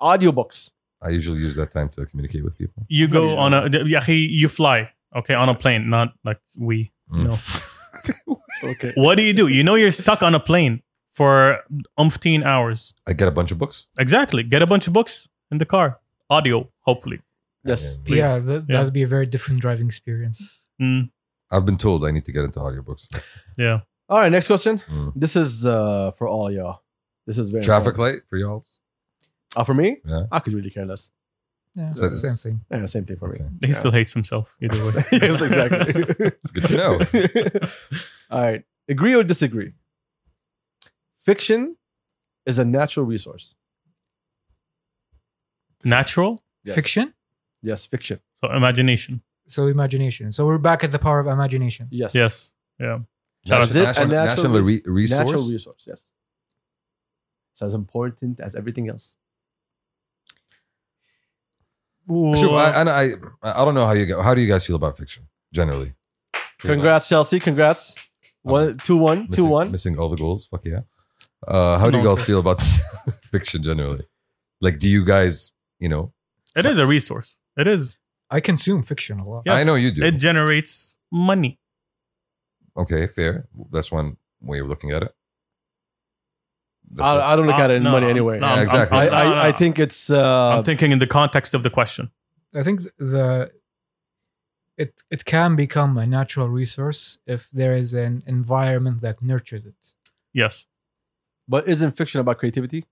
Audiobooks.
I usually use that time to communicate with people.
You
do you
go on a yeah, he- you fly, okay, on a plane, not like we.
Mm.
No.
Okay.
What do you do? You know you're stuck on a plane for umpteen hours.
I get a bunch of books.
Exactly. Get a bunch of books in the car. audio, hopefully.
Yes.
Please.
Yeah, that,
Yeah.
that'd be a very different driving experience.
Mm,
I've been told I need to get into audiobooks.
yeah.
All right, next question.
Mm.
This is uh, for all y'all. This is very
Traffic
important.
light for y'all.
Oh, for me,
Yeah.
I could really care less.
Yeah,
So
it's the
it's-
same thing.
Yeah, same thing for me.
Okay.
He
Yeah.
still hates himself either way.
yes, exactly.
It's good to know.
All right. Agree or disagree? Fiction is a natural resource.
Natural,
Yes.
Fiction.
Yes, fiction.
so imagination.
So imagination. So we're back at the power of imagination.
Yes.
Yes. Yeah. Shout out
Nat-
to-
national,
A natural
national re- resource.
Natural resource. Yes. It's as important as everything else.
Shuf, I, and I, I don't know how you go. How do you guys feel about fiction generally?
Congrats, Chelsea. Congrats. One, two, one,
missing,
two, one.
missing all the goals. Fuck yeah. Uh, how do you
Someone-
guys feel about fiction generally? Like, do you guys, you know,
it is a resource. It is.
I consume fiction a lot.
Yes.
I know you do.
It generates money.
okay, fair. That's one way of looking at it. That's it.
I, I don't look
Uh,
at it in
no,
money anyway.
no, I'm-
Yeah, exactly.
I,
I'm- no, no,
I, I
no.
think it's uh,
I'm thinking in the context of the question.
I think th- the it it can become a natural resource if there is an environment that nurtures it.
Yes.
but isn't fiction about creativity?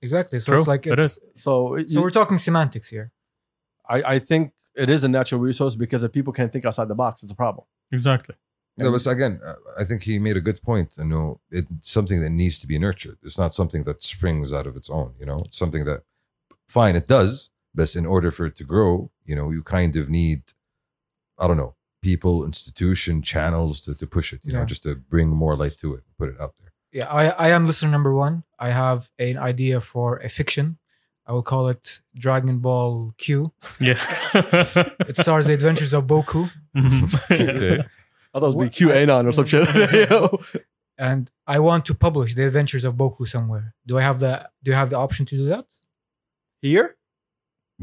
Exactly. So
True.
it's like
it
it's,
is.
So, it-
so we're talking semantics here.
I, I think it is a natural resource because if people can't think outside the box, it's a problem.
Exactly.
No, but again, uh, I think he made a good point. You know, it's something that needs to be nurtured. It's not something that springs out of its own. You know, It's something that, fine, it does, but in order for it to grow, you know, you kind of need, I don't know, people, institution, channels to, to push it. You know,
Yeah.
just to bring more light to it, put it out there.
Yeah, I, I am listener number one. I have an idea for a fiction. I will call it Dragon Ball Q.
Yeah.
It stars the adventures of Boku.
Mhm.
I thought it would be
What-
Q anon or some shit.
And I want to publish the adventures of Boku somewhere. Do I have the do you have the option to do that?
Here?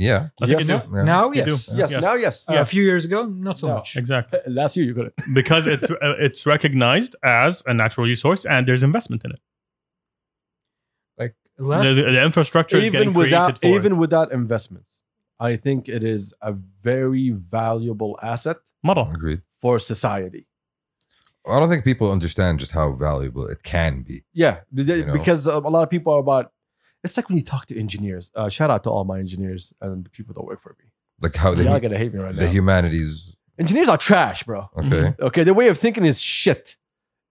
Yeah.
I think
Yes.
you do.
Yeah.
Now,
You do.
yes.
Yes,
Yes.
now yes.
Uh,
Yeah.
A few years ago, not so
No.
much.
Exactly.
Last year you couldn't.
Because it's uh, it's recognized as a natural resource and there's investment in it.
Like
The,
last
the- the infrastructure is
Even
getting created
without
for
even
it.
without investments, I think it is a very valuable asset
Model.
Agreed.
for society.
I don't think people understand just how valuable it can be.
Yeah, th- th-
You know?
because uh, a lot of people are about. It's like when you talk to engineers. Uh, shout out to all my engineers and the people that work for me.
Like how
They, are
the,
gonna hate me right
the
now.
humanities.
engineers are trash, bro.
Okay.
Mhm.
Okay, their way of thinking is shit.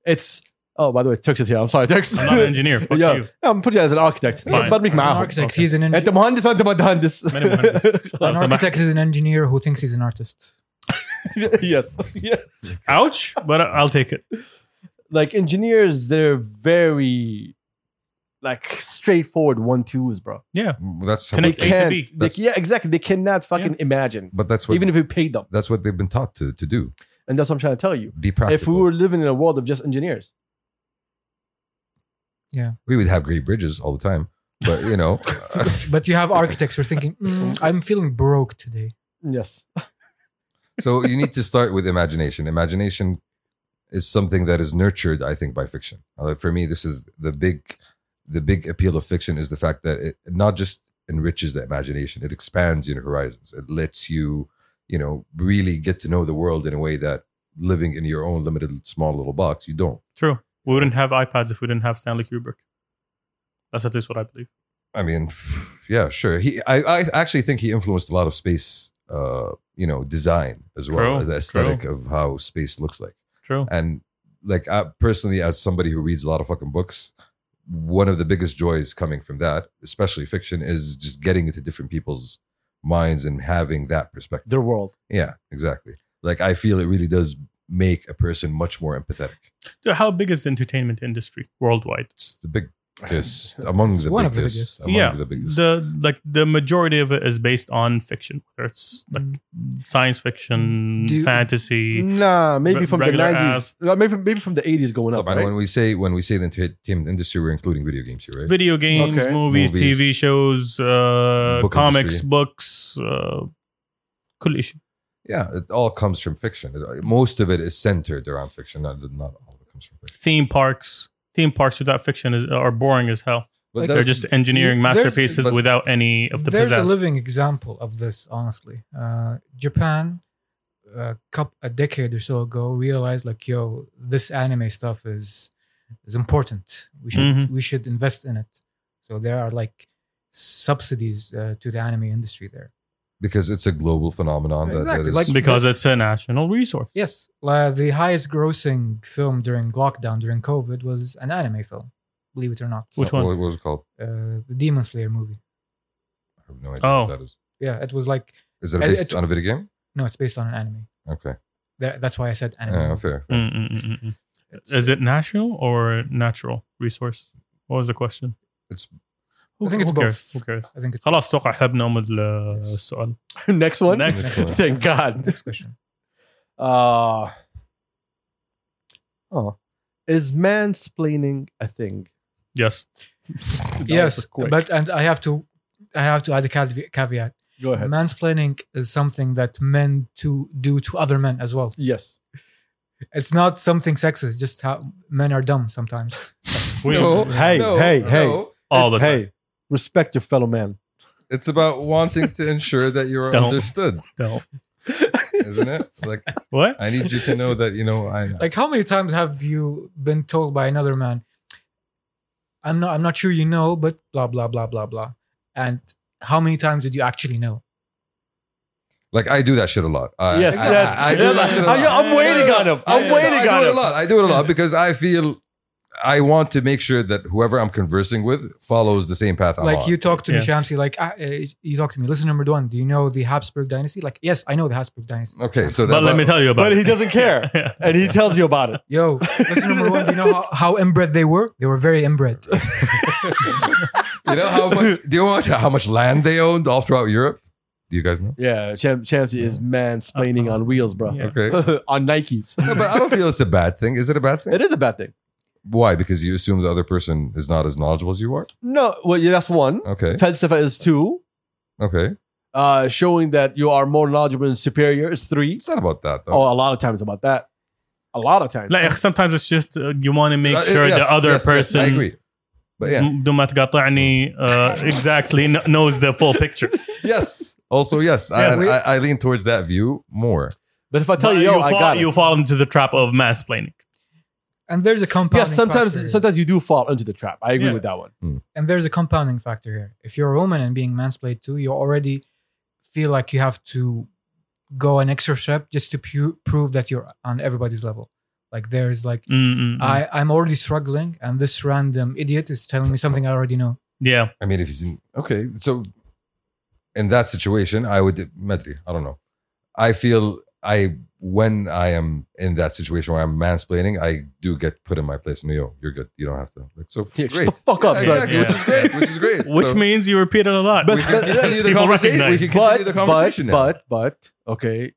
It's oh, by the way, Turks is here. I'm sorry, Turks.
I'm not an engineer. Fuck
Yeah.
you.
I'm putting you as an architect.
Fine.
But make
He's an
معاهم.
architect.
Okay.
He's an
انت
engineer.
مهندس وانت مهندس.
ماني مهندس.
An
خلاص، سمحت.
architect is an engineer who thinks he's an artist.
yes. Yeah.
Ouch, but I- I'll take it.
Like engineers, they're very like straightforward one twos, bro.
That's
They
Connect A to
can't.
B.
They,
That's-
yeah, exactly. They cannot fucking imagine,
but that's what
even if you paid them.
that's what they've been taught to, to do.
And that's what I'm trying to tell you.
Be practical.
If we were living in a world of just engineers,
we would have great bridges all the time. But you know,
But you have architects who are thinking, "Mm, I'm feeling broke today.
yes,
so you need to start with imagination. Imagination is something that is nurtured, I think, by fiction. Uh, for me, this is the big, the big appeal of fiction is the fact that it not just enriches the imagination, it expands your horizons. It lets you, you know, really get to know the world in a way that living in your own limited small little box, you don't.
True. We wouldn't have iPads if we didn't have Stanley Kubrick. That's at least what I believe.
I mean, yeah, sure. He, I, I actually think he influenced a lot of space, uh, you know, design as well
True,
as the aesthetic of how space looks like.
True.
And like I, personally, as somebody who reads a lot of fucking books, one of the biggest joys coming from that, especially fiction, is just getting into different people's minds and having that perspective.
their world.
Yeah, exactly. Like I feel it really does make a person much more empathetic.
Dude, how big is the entertainment industry worldwide?
It's the biggest among the
one of
biggest,
the biggest.
among
yeah,
the biggest.
like the majority of it is based on fiction, whether it's like
Mm.
science fiction,
Do you- Mm.
fantasy.
Nah, maybe
Re-
from the
regular
nineties, maybe maybe from the eighties going up.
But
right?
when we say when we say the entertainment industry, we're including video games here, right?
Video games,
Okay.
movies,
Movies.
TV shows, uh,
Book
comics,
industry.
books, uh, كل شيء.
yeah, it all comes from fiction. It- Most of it is centered around fiction. Not, not all of it comes from fiction.
theme parks. Theme parks without fiction is, are boring as hell.
But
Like,
that
They're
was-
just engineering
there's-
masterpieces
but-
without any of the
There's
pizzazz.
a living example of this, honestly. Uh, Japan, a couple, a decade or so ago, realized like, yo, this anime stuff is is important. We should
Mhm.
we should invest in it. So there are like subsidies uh, to the anime industry there.
because it's a global phenomenon. that- that
Exactly,
is,
like-
because it's a national resource.
Yes, la- the highest grossing film during lockdown during COVID was an anime film. Believe it or not,
Which one?
What, what was it called?
Uh, the Demon Slayer movie.
I have no idea
Oh.
what that is.
Yeah, it was like
Is that
It-
based
it's-
on a video game?
no, it's based on an anime.
Okay.
That, that's why I said anime.
Yeah, fair. fair.
Mm, mm, mm, mm.
It's-
Is it national or natural resource? What was the question?
It's-
Who,
I think it's
who cares?
both.
Who cares?
I think it's
خلاص توقع حاب نعمل السؤال.
Next one.
Next.
Next one.
Thank God.
Next question.
Uh, oh, is mansplaining a thing?
Yes.
That
yes,
was quick.
but and I have to, I have to add a cave- caveat.
go ahead.
Mansplaining is something that men to do to other men as well.
yes.
It's not something sexist. Just how men are dumb sometimes.
We,
Hey, hey, hey.
all the time.
hey, respect your fellow man.
It's about wanting to ensure that you're
Don't.
understood,
No.
isn't it? It's like
What?
I need you to know that you know I.
Like how many times have you been told by another man, "I'm not, I'm not sure you know," but blah blah blah blah blah, and how many times did you actually know?
Like I do that shit a lot. I,
Yes,
I,
yes.
I, I do that shit a
I-
lot.
I'm waiting on him. I'm
I do-
waiting
I
on
do it
him.
a lot. I do it a lot because I feel I want to make sure that whoever I'm conversing with follows the same path. I'm
like
on.
you talk to me,
Yeah.
Shamsi. Like uh, uh, you talk to me. Listen, number one, do you know the Habsburg dynasty? Like yes, I know the Habsburg dynasty.
Okay, so that,
But let me tell you about
But
it.
he doesn't care.
Yeah.
And he tells you about it.
Yo, listen, number one, do you know how, how inbred they were? They were very inbred.
you know how much. Do you want to- how much land they owned all throughout Europe? Do you guys know?
Yeah, Champ Champsy is mansplaining on wheels, bro.
Yeah.
Okay,
on Nikes.
No, but I don't feel it's a bad thing. Is it a bad thing?
It is a bad thing.
Why? Because you assume the other person is not as knowledgeable as you are.
No, well, yeah, that's one.
Okay.
Falsafa is two.
Okay.
Uh, showing that you are more knowledgeable and superior is three.
It's not about that though.
Oh, a lot of times about that. A lot of times.
Like, sometimes it's just uh, you want to make
Uh,
sure
yes,
the other
yes, yes,
person Mm.
I agree. But yeah.
بدون ما تقاطعني uh, exactly kn- knows the full picture.
yes. Also, yes. I,
Yes.
I, I lean towards that view more.
but if I tell you, yo,
you,
I
fall,
got it.
you fall into the trap of mansplaining.
and there's a compounding.
yes, sometimes
factor here.
sometimes you do fall into the trap. I agree
Yeah.
with that one.
And there's a compounding factor here. If you're a woman and being mansplained to, you already feel like you have to go an extra step just to pu- prove that you're on everybody's level. Like there's like
Mm-mm.
I I'm already struggling, and this random idiot is telling me something I already know.
yeah,
I mean, if he's in okay, so in that situation, I would Madri, I don't know. I feel I when I am in that situation where I'm mansplaining, I do get put in my place. No, yo, you're good. You don't have to like so
Yeah, shut
great.
the fuck up,
Yeah,
son.
exactly, which is great, which is great.
which
So
means you repeat it a lot.
But-
we can continue the
People
conversation. We
recognize.
can
But,
continue the
but,
conversation. now.
but, but, okay.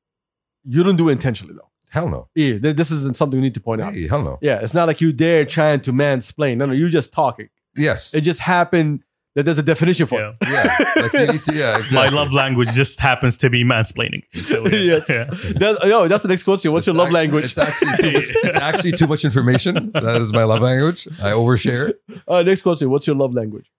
You don't do it intentionally, though.
hell no.
Yeah, th- this isn't something we need to point out.
Hey, hell no.
Yeah, it's not like you there trying to mansplain. No, no, you're just talking.
Yes.
It just happened that there's a definition for
Yeah.
it.
Yeah. Like you need to, yeah, exactly.
My love language just happens to be mansplaining. So, yeah.
Yes.
Yeah.
That's, yo, that's the next question. What's your
It's
love
ac-
language?
It's actually too much, it's actually too much information. That is my love language. I overshare.
Uh, next question. What's your love language?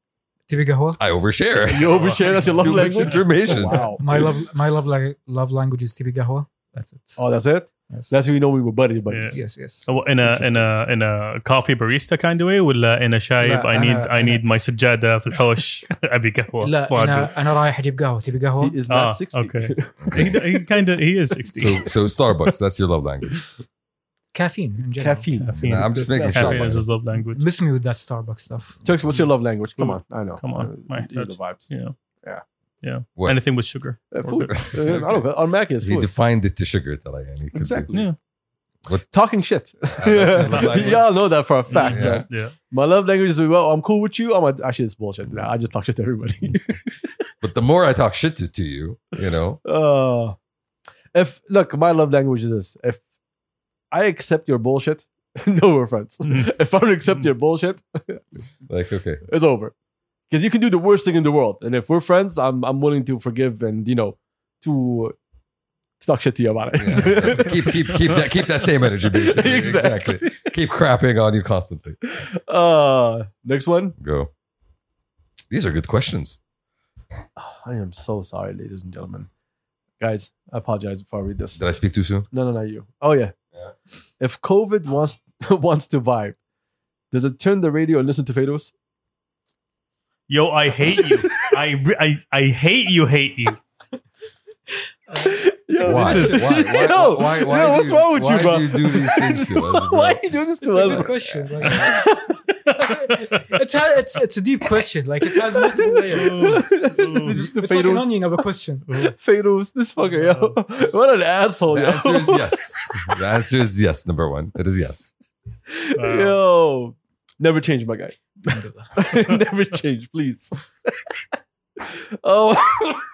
Tibigahua.
I overshare.
You overshare. That's your love
too much
language.
information.
Wow.
My love my love la- love language is Tibigahua. That's it.
Oh, that's it.
yes.
That's when you know we were buddy buddies.
yes, yes.
Oh, Well, in a in a in a coffee barista kind of way ولا in a شايب
لا،
I need
أنا-
I
أنا-
need my سجادة في الحوش أبي قهوة
لا
وأدو.
انا انا رايح اجيب قهوه تبي قهوه؟
He is
Ah,
not 60.
okay. he, he kind of he is 60
So, so Starbucks, that's your love language.
caffeine in general.
Caffeine.
Caffeine.
Nah, I'm just making
Caffeine
sure.
Caffeine is his love language
Miss me with that Starbucks stuff.
Turks, what's your love language? Come on. I know.
Come on.
Uh,
My
you know the
touch.
vibes.
yeah
Yeah.
What?
anything with sugar
Uh,
We're
food.
good.
Uh, I don't know. Our Mac is
He
food.
defined it to sugar that I am. He could be-
Exactly.
yeah
Talking shit.
Ah, that's your love language.
Y'all know that for a fact.
Yeah.
man.
yeah
My love language is well, I'm cool with you. I'm a, actually it's bullshit. Nah, I just talk shit to everybody.
But the more I talk shit to, to you, you know,
uh, if look, my love language is this: if I accept your bullshit, no, we're friends.
Mm.
if I don't accept
Mm.
your bullshit,
like okay,
it's over. Because you can do the worst thing in the world, and if we're friends, I'm I'm willing to forgive and you know to, to talk shit to you about it.
yeah. keep keep keep that keep that same energy. Basically.
Exactly.
Keep crapping on you constantly.
Uh, next one.
Go. These are good questions.
I am so sorry, ladies and gentlemen. Guys, I apologize before I read this.
Did I speak too soon?
No, no, not you. Oh yeah.
Yeah.
If COVID wants wants to vibe, does it turn the radio and listen to Fados?
Yo, I hate you. I, re- I I hate you. Hate you.
Yo,
Why?
this is-
Why? Why?
Yo,
why, why
yo,
do
what's wrong with
why
you, bro?
do you do these things to us? Bro?
why are you doing this
It's
to
a
us?
good question. Like, it's, ha- it's it's a deep question. Like it has multiple layers.
this is to
It's like an
Fados.
onion of a question.
Fados, this fucker, yo. What an asshole,
The
yo.
answer is yes. The answer is yes. Number one, it is yes.
Wow.
Yo. Never change, my guy.
Alhamdulillah.
Never change, please. oh,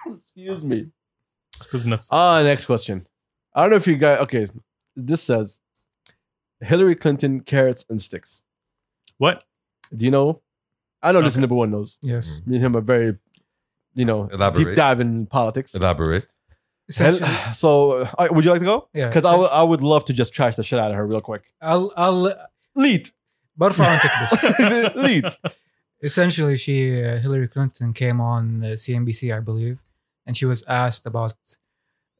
excuse me.
Excuse me.
Ah, next question. I don't know if you guys. Okay, this says Hillary Clinton carrots and sticks.
What?
Do you know? I know this
Okay.
number one knows.
Yes.
Me and him are very, you know, deep
Elaborate.
dive in politics.
Elaborate.
Hel-
Essentially,
so, uh, would you like to go?
Yeah,
Because I would- I would love to just trash the shit out of her real quick.
I'll I'll
Lead,
برفع عنك بس.
Uh-huh.
lead.
essentially she uh, hillary clinton came on uh, cnbc i believe and she was asked about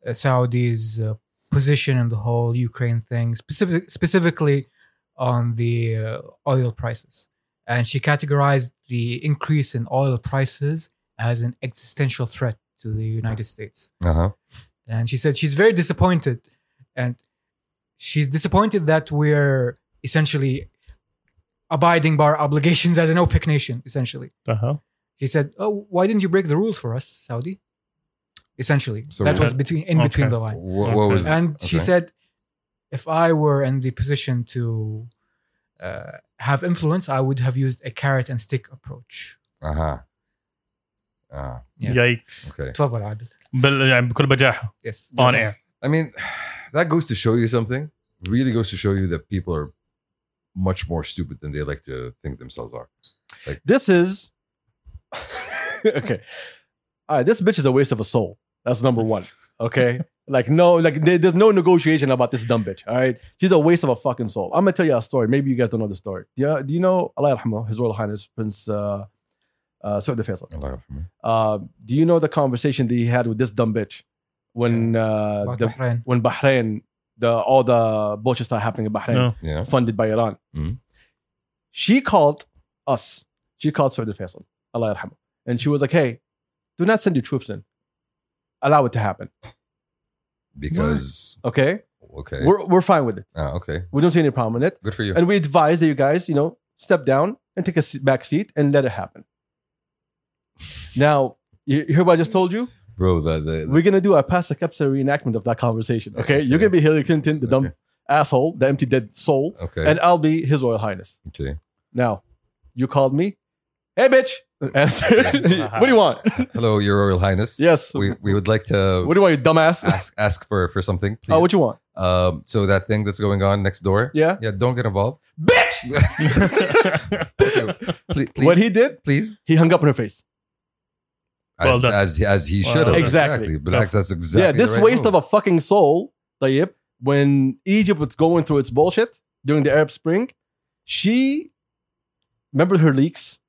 uh, saudi's uh, position in the whole ukraine thing specific, specifically on the uh, oil prices and she categorized the increase in oil prices as an existential threat to the united states
Uh huh.
and she said she's very disappointed and she's disappointed that we're essentially abiding by our obligations as an opec nation essentially
The hell?
he said, "Oh, why didn't you break the rules for us, Saudi?" Essentially,
So
that was
what-
between in
Okay.
between the line.
What, what was?
And she
okay.
said, "If I were in the position to uh, have influence, I would have used a carrot and stick approach."
Uh huh. Ah,
Yeah.
Yikes. uh,
okay.
تفضل عادل.
بال- يعني بكل بجاحة.
Yes.
On air.
I mean, that goes to show you something. Really goes to show you that people are much more stupid than they like to think themselves are.
This is okay. All right, this bitch is a waste of a soul. That's number one. Okay, like no, like there- there's no negotiation about this dumb bitch. All right, she's a waste of a fucking soul. I'm gonna tell you a story. Maybe you guys don't know the story. Yeah, do you know Allah yarhamah, His Royal Highness Prince uh, uh, Saud Faisal?
Allah yarhamah.
Uh, do you know the conversation that he had with this dumb bitch when uh,
About
the,
Bahrain.
when Bahrain, the all the bullshit started happening in Bahrain?
No.
Yeah.
funded by Iran.
Mhm.
She called us. She called Saudi Faisal, Allah yarhamu. And she was like, hey, do not send your troops in. Allow it to happen.
Because
Okay?
okay.
We're, we're fine with it.
Ah, okay.
We don't see any problem in it.
Good for you.
And we advise that you guys, you know, step down and take a se- back seat and let it happen. Now, you you hear what I just told you?
Bro, the, the,
We're going to do a past Capsa reenactment of that conversation. Okay? You're going to be Hillary Clinton, the dumb
Okay.
asshole, the empty dead soul,
okay.
and I'll be His Royal Highness.
okay.
Now, you called me. Hey, bitch. Answer. what do you want?
Hello, Your Royal Highness.
yes.
We, we would like to
what do you want, you dumbass?
ask ask for, for something, please.
Oh, what you want?
um, so that thing that's going on next door.
Yeah.
Yeah, don't get involved. Bitch! please, please,
What he did,
please.
he hung up in her face.
As,
Well done.
as, as he
Well
should have.
done.
Exactly.
But that's- that's exactly
yeah, this
the right
waste
move.
of a fucking soul, Tayyip, when Egypt was going through its bullshit during the Arab Spring, she remember her leaks?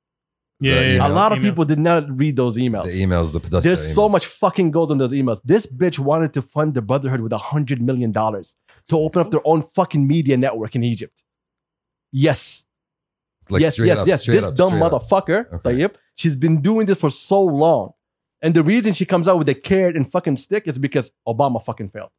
Yeah, yeah, yeah.
A lot of
Email.
people did not read those emails.
The emails, the pedestal.
There's so
emails.
much fucking gold in those emails. This bitch wanted to fund the Brotherhood with a hundred million dollars to open up their own fucking media network in Egypt. Yes.
Like,
yes,
straight
yes,
up,
yes.
straight
This
up,
dumb
straight up.
motherfucker,
Okay.
Tayyip, she's been doing this for so long. And the reason she comes out with a carrot and fucking stick is because Obama fucking failed.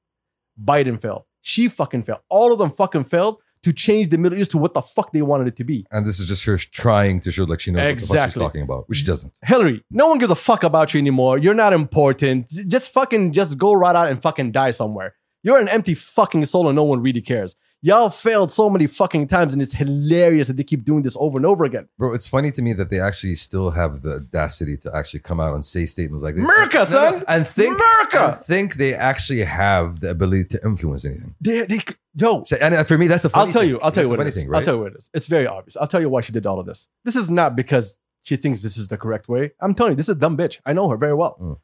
Biden failed. She fucking failed. All of them fucking failed to change the Middle East to what the fuck they wanted it to be.
And this is just her trying to show like she knows what the fuck she's
Exactly.
talking about, which she doesn't.
Hillary, no one gives a fuck about you anymore. You're not important. Just fucking just go right out and fucking die somewhere. You're an empty fucking soul and no one really cares. Y'all failed so many fucking times and it's hilarious that they keep doing this over and over again.
Bro, it's funny to me that they actually still have the audacity to actually come out and say statements like this.
America,
No, no,
son!
And think,
America!
and think they actually have the ability to influence anything.
They, they, yo,
So, and uh, for me, that's the funny
I'll tell
thing.
you. I'll tell
That's
you
the
what it
funny
is.
thing,
I'll
right?
tell you what it is. It's very obvious. I'll tell you why she did all of this. This is not because she thinks this is the correct way. I'm telling you, this is a dumb bitch. I know her very well.
Mm.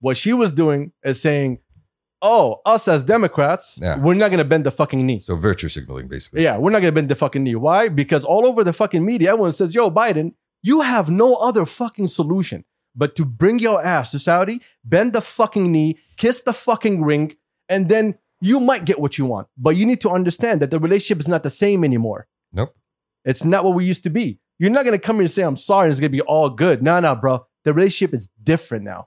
What she was doing is saying, "Oh, us as Democrats,
Yeah.
we're not going to bend the fucking knee.
So virtue signaling, basically.
Yeah, we're not going to bend the fucking knee. Why? Because all over the fucking media, everyone says, "Yo, Biden, You have no other fucking solution but to bring your ass to Saudi, bend the fucking knee, kiss the fucking ring, and then you might get what you want. But you need to understand that the relationship is not the same anymore.
Nope.
It's not what we used to be. You're not gonna come here and say, I'm sorry, it's gonna be all good. No, no, bro. The relationship is different now.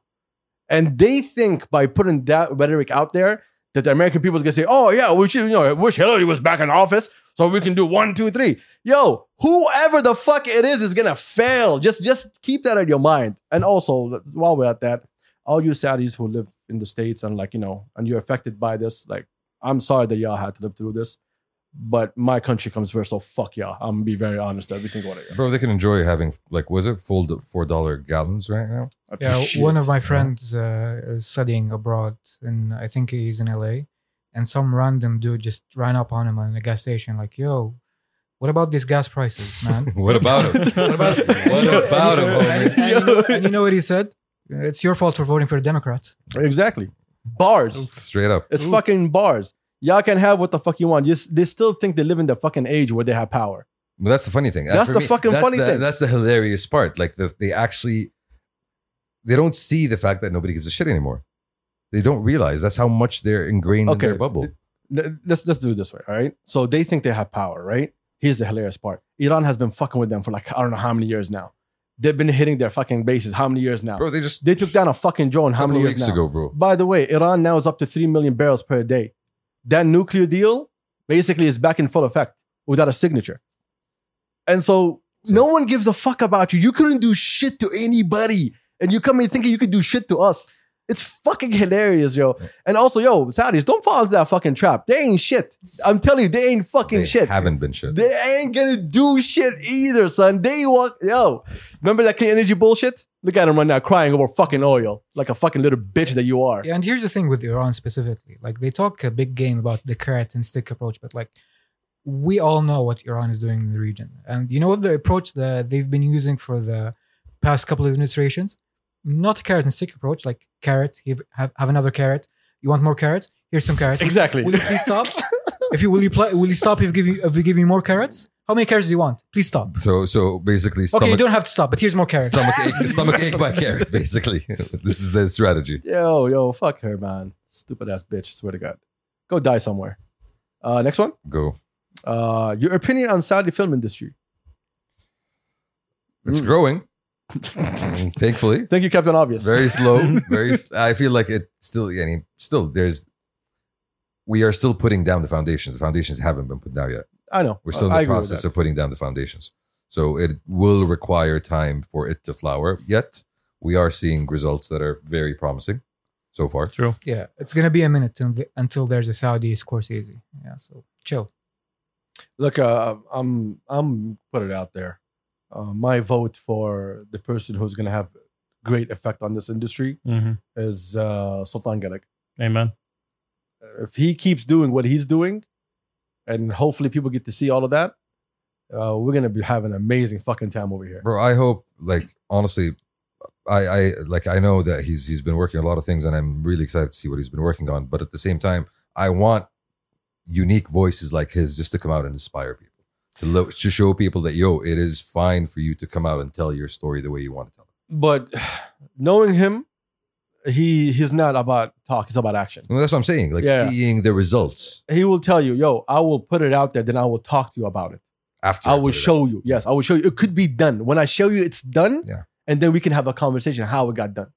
And they think by putting that rhetoric out there that the American people is gonna say, oh yeah, we should, you know, I wish Hillary was back in office so we can do one, two, three. Yo, whoever the fuck it is is gonna fail. Just just keep that in your mind. And also, while we're at that, all you Saudis who live in the States and like, you know, and you're affected by this, like, I'm sorry that y'all had to live through this. But my country comes first, so fuck y'all. I'm gonna be very honest every single one of you.
Bro, they can enjoy having like was it full four dollar gallons right now?
Yeah,
Shit.
one of my friends uh, is studying abroad, and I think he's in LA. And some random dude just ran up on him in a gas station, like, "Yo, what about these gas prices, man?"
What about it?
What about it?
What about it,
And,
homie?
and you know, and you know what he said? It's your fault for voting for a Democrat.
Exactly. Bars.
Oh.
Straight up.
It's fucking bars. Y'all can have what the fuck you want. You, s- they still think they live in the fucking age where they have power.
But that's the funny thing. Uh,
That's
For
the fucking
that's
funny
the-
thing.
That's the hilarious part. Like the, they actually, they don't see the fact that nobody gives a shit anymore. They don't realize that's how much they're ingrained in
Okay.
their bubble.
L- Let's let's do it this way, all right? So they think they have power, right? Here's the hilarious part. Iran has been fucking with them for like I don't know how many years now. They've been hitting their fucking bases Uh, how many years now?
Bro, they just
They took down a fucking drone how
couple
many
of
years
weeks
now?
ago, bro.
By the way, Iran now is up to 3 million barrels per day. That nuclear deal basically is back in full effect without a signature. And so,
So-
no one gives a fuck about you. You couldn't do shit to anybody. And you come in thinking you could do shit to us. It's fucking hilarious, yo.
Yeah.
And also, yo, Saudis, don't fall into that fucking trap. They ain't shit. I'm telling you, they ain't fucking
They
shit.
haven't been shit.
They ain't gonna do shit either, son. They walk, yo. Remember that clean energy bullshit? Look at him right now, crying over fucking oil, like a fucking little bitch that you are.
Yeah, and here's the thing with Iran specifically. Like they talk a big game about the carrot and stick approach, but like we all know what Iran is doing in the region. And you know what the approach that they've been using for the past couple of administrations? Not a carrot and stick approach, like carrot, have, have, have another carrot. You want more carrots? Here's some carrots.
Exactly.
Will you please stop? if you will you pl- will you stop if give you if we give you more carrots? How many carrots do you want? Please stop.
So so basically,
okay, you
stomach
don't have to stop, but here's more carrots.
stomach ache, stomach ache by carrot. Basically, this is the strategy.
Yo, yo, fuck her, man. Stupid ass bitch, swear to God. Go die somewhere. Uh, next one.
Go.
Uh, your opinion on Saudi film industry.
It's
Mm.
growing, thankfully.
Thank you, Captain Obvious.
very slow very s- i feel like it still yeah, I mean, still there's we are still putting down the foundations the foundations haven't been put down yet
I know.
we're still in
I
the
agree with
process
that.
of putting down the foundations so it will require time for it to flower yet we are seeing results that are very promising so far
True.
Yeah, it's gonna be a minute till the, until there's a Saudi Scorsese. Yeah, so chill.
Look, uh, I'm I'm put it out there. Uh, my vote for the person who's gonna have great effect on this industry
hmm
is uh, Sultan Gadak.
Amen.
if he keeps doing what he's doing, and hopefully people get to see all of that, uh, we're gonna be having an amazing fucking time over here.
bro i hope like honestly i i like i know that he's he's been working a lot of things and i'm really excited to see what he's been working on but at the same time i want unique voices like his just to come out and inspire people to lo- to show people that yo it is fine for you to come out and tell your story the way you want to tell it
But knowing him, he he's not about talk; it's about action.
And that's what i'm saying like
Yeah.
seeing the results
He will tell you, "Yo, I will put it out there, then I will talk to you about it.
after
I
put
will
it out.
show you. Yes, I will show you. It could be done. When I show you, it's done.
Yeah.
and then we can have a conversation how it got done.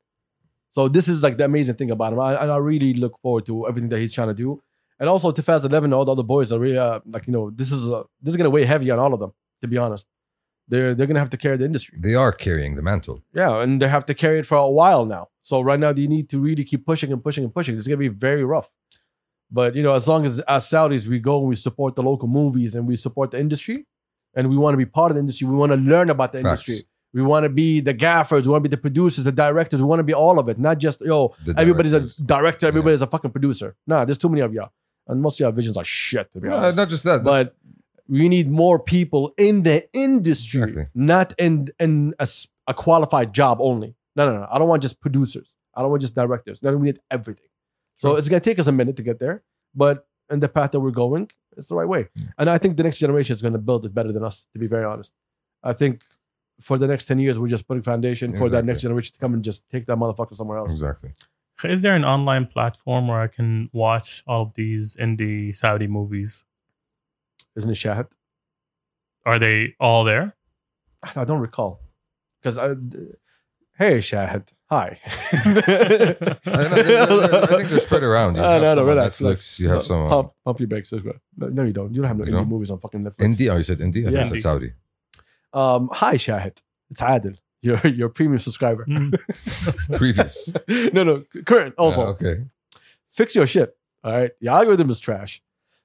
So this is like the amazing thing about him, I, and I really look forward to everything that he's trying to do. And also to Faz Eleven, and all the other boys are really uh, like you know this is uh, this is gonna weigh heavy on all of them. To be honest, they're they're gonna have to carry the industry.
they are carrying the mantle
Yeah, and they have to carry it for a while now. So right now they need to really keep pushing and pushing and pushing. It's gonna be very rough. But you know, as long as as Saudis we go and we support the local movies and we support the industry, and we want to be part of the industry, we want to learn about the
Facts.
industry. We want to be the gaffers, we want to be the producers, the directors, we want to be all of it, not just yo,
the
everybody's
directors.
a director,
Yeah.
everybody's a fucking producer. Nah, there's too many of y'all. And most of y'all visions are shit, to be
No,
honest
it's not just that That's-
but we need more people in the industry,
Exactly.
not in in a, s- a qualified job only. No, no, no. I don't want just producers. I don't want just directors. No, we need everything. So
Sure.
it's gonna take us a minute to get there, but in the path that we're going,
Mm.
it's the right way. And I think the next generation is gonna build it better than us. To be very honest, I think for the next 10 years, we're just putting foundation for that
Exactly.
next generation to come and just take that motherfucker somewhere else.
Exactly.
Is there an online platform where I can watch all of these indie Saudi movies?
Isn't it Shahid?
Are they all there?
I don't recall. Because I. Hey, Shahid. Hi.
I, I- I- I think they're spread around. You
Ah,
have
no, no,
some on
relax,
Netflix.
relax.
You have
No,
some on
Pump, pump your brakes. as well. No, no, you don't. You don't have no
You
indie
don't?
movies on fucking Netflix.
India. Oh, you said India. I thought
Yeah.
you said
India.
Saudi.
Um, hi, Shahid. It's Adil. Your your premium subscriber.
Mm.
Previous.
no, no, current also.
Yeah, okay.
Fix your shit. All right. Your algorithm is trash.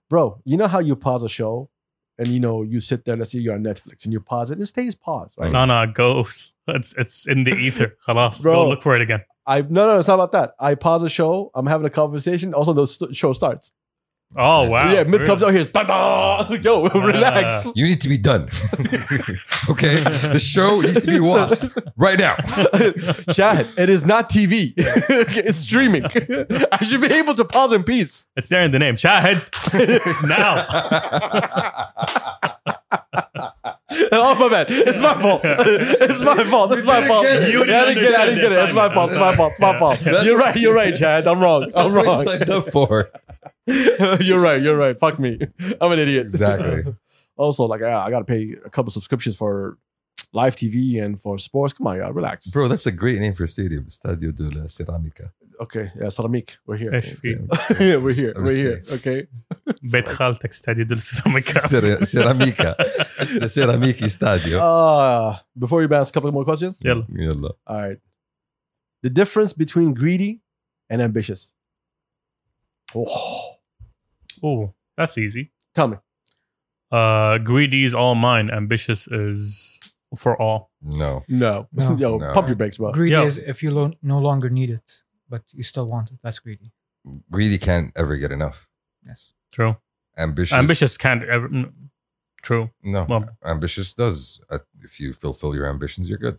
Bro, you know how you pause a show and you know you sit there, let's say you're on Netflix and you pause it and it stays paused,
Mm.
right?
no, no, it goes. It's it's in the ether. Halas.
Bro.
Go look for it again.
I no no, it's not about that. I pause a show, I'm having a conversation, also the st- show starts.
Oh wow.
yeah, mid comes
Really?
out here, da-da! yo, relax.
Yeah.
You need to be done. okay. The show needs to be watched right now.
Shad, it is not TV. it's streaming. I should be able to pause in peace.
It's there in the name. Shahid. now.
Oh my bad. It's my fault. It's my fault. It's my
didn't
fault.
get it.
You I didn't get it. I didn't get it. It's my fault. It's my fault. It's my fault.
That's-
You're right. You're right, Chad. I'm wrong. I'm
That's what you
wrong.
signed up for.
You're right. You're right. Fuck me. I'm an idiot.
Exactly.
Also, like, ah, I gotta pay a couple subscriptions for live TV and for sports. Come on, y'all. Relax.
Bro, that's a great name for a stadium. Stadio della Ceramica.
Okay. Yeah, Salamik. We're here.
ايش في؟
Yeah, we're here. We're here. Okay.
بيت خالتك ستادي السيراميكا
Cer- Ceramica. That's the Ceramici Stadio.
Uh, before you bounce, a couple more questions.
يلا
Yalla.
All right. The difference between greedy and ambitious. Oh,
Oh, that's easy.
tell me.
Uh, greedy is all mine. Ambitious is for all.
No.
No.
No.
Yo,
No.
pump your brakes, bro.
Greedy
Yeah.
is if you lo- no longer need it, but you still want it. That's greedy.
Greedy can't ever get enough.
Yes.
True.
Ambitious.
Ambitious can't ever. mm, True.
No.
Well-
ambitious does. Uh, If you fulfill your ambitions, you're good.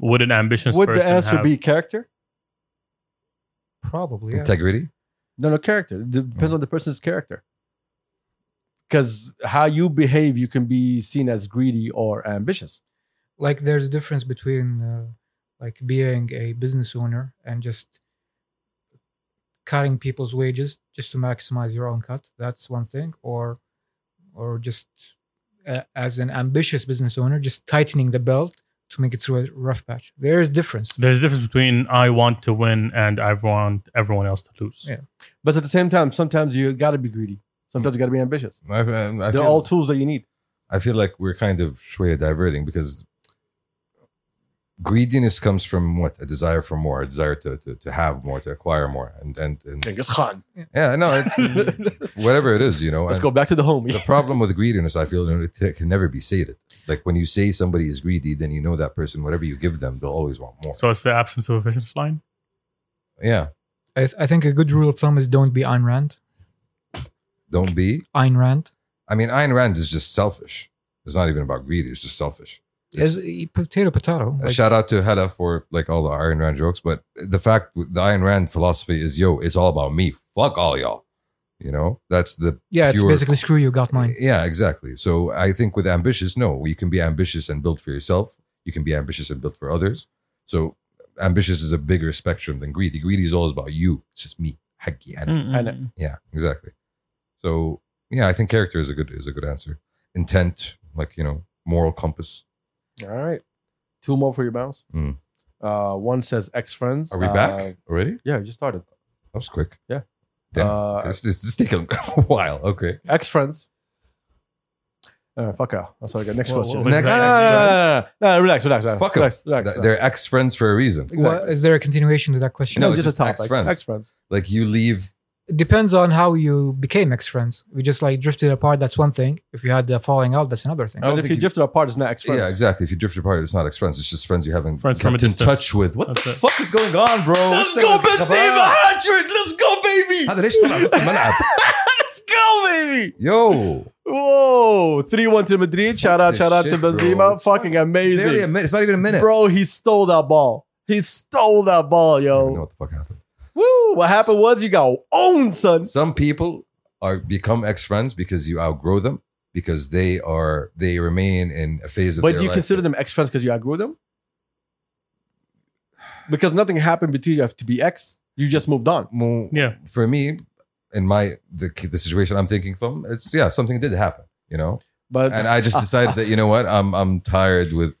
Would an ambitious
Would the
person
answer
have-
be character?
Probably. Yeah.
Integrity.
No, no, character. It depends
Mm.
on the person's character. Because how you behave, you can be seen as greedy or ambitious.
like there's a difference between uh, like being a business owner and just cutting people's wages just to maximize your own cut that's one thing or or just uh, as an ambitious business owner just tightening the belt to make it through a rough patch there is difference
There's a difference between I want to win and I want everyone else to lose.
Yeah.
But at the same time, sometimes you got to be greedy. Sometimes you got to be ambitious.
I, I, I
They're
feel,
all tools that you need.
I feel like we're kind of shway diverting because greediness comes from what a desire for more, a desire to, to, to have more, to acquire more, and and, and
Genghis Khan.
yeah, no, it's, whatever it is, you know.
Let's
and-
go back to the home.
the problem with greediness, I feel, you know, it it can never be sated. Like when you say somebody is greedy, then you know that person, whatever you give them, they'll always want more.
So it's the absence of a finish line.
yeah,
I, th- I think a good rule of thumb is don't be Ayn Rand
don't be.
Ayn Rand
I mean, Ayn Rand is just selfish. It's not even about greed. It's just selfish.
is potato potato
A
like,
shout out to Hela for like all the Ayn Rand jokes, but the fact the Ayn Rand philosophy is, yo, it's all about me. Fuck all y'all. You know, that's the
yeah it's
pure-
basically screw you got mine
Yeah, exactly. So I think with ambitious, no, you can be ambitious and build for yourself. You can be ambitious and build for others. So ambitious is a bigger spectrum than greedy. Greedy is always about you. It's just me. Hacky, I know.
Mm, mm,
I know.
mm.
Yeah, exactly. So yeah, I think character is a good is a good answer. Intent, like you know, moral compass.
All right. Two more for your bounce.
Mm.
Uh, one says ex friends.
Are we
Uh,
back already?
Yeah, we just started.
That was quick.
Yeah.
Damn.
Uh,
this, this, this is taking a while. Okay.
ex friends. Uh, fuck out. That's all I got. Next
Whoa,
question.
whoa,
Next-
no, no, no, no, no, no, no, relax, relax, relax.
Fuck 'em.
relax, relax,
Th-
relax.
They're ex friends for a reason.
Exactly.
Well, is there a continuation to that question
No,
no,
it's
just a
just
topic.
ex-friends.
Ex-friends.
Like you leave.
It depends on how you became ex-friends. If you just like drifted apart, that's one thing. If you had a falling out, that's another thing.
don't
But if
think
you
you-
drifted apart, it's not ex-friends.
Yeah, exactly. If you drift apart, it's not ex friends. It's just friends you haven't
Friends from a
kept in
distance.
touch with. What
That's
the
it.
fuck is going on, bro? What's that-
Hatred! Let's go, baby!
هذا ليش طلع بس الملعب؟
Let's go, baby!
Yo,
Whoa! 3-1 to Madrid. Shout out,
this
shout out to
shit, bro.
Benzema.
It's
Fucking
barely a
amazing.
minute. It's not even a minute.
Bro, he stole that ball. He stole that ball,
I don't even know
yo.
what the fuck happened.
Woo! What happened was you got owned, son.
Some people are become ex friends because you outgrow them, because they are they remain in a phase of
But
their
do you
life
consider
that-
them ex friends because you outgrew them? Because nothing happened between you to be ex. You just moved on.
Mo-
Yeah.
for me in my the, the situation i'm thinking from it's yeah something did happen you know
But
and i just decided that you know what i'm i'm tired with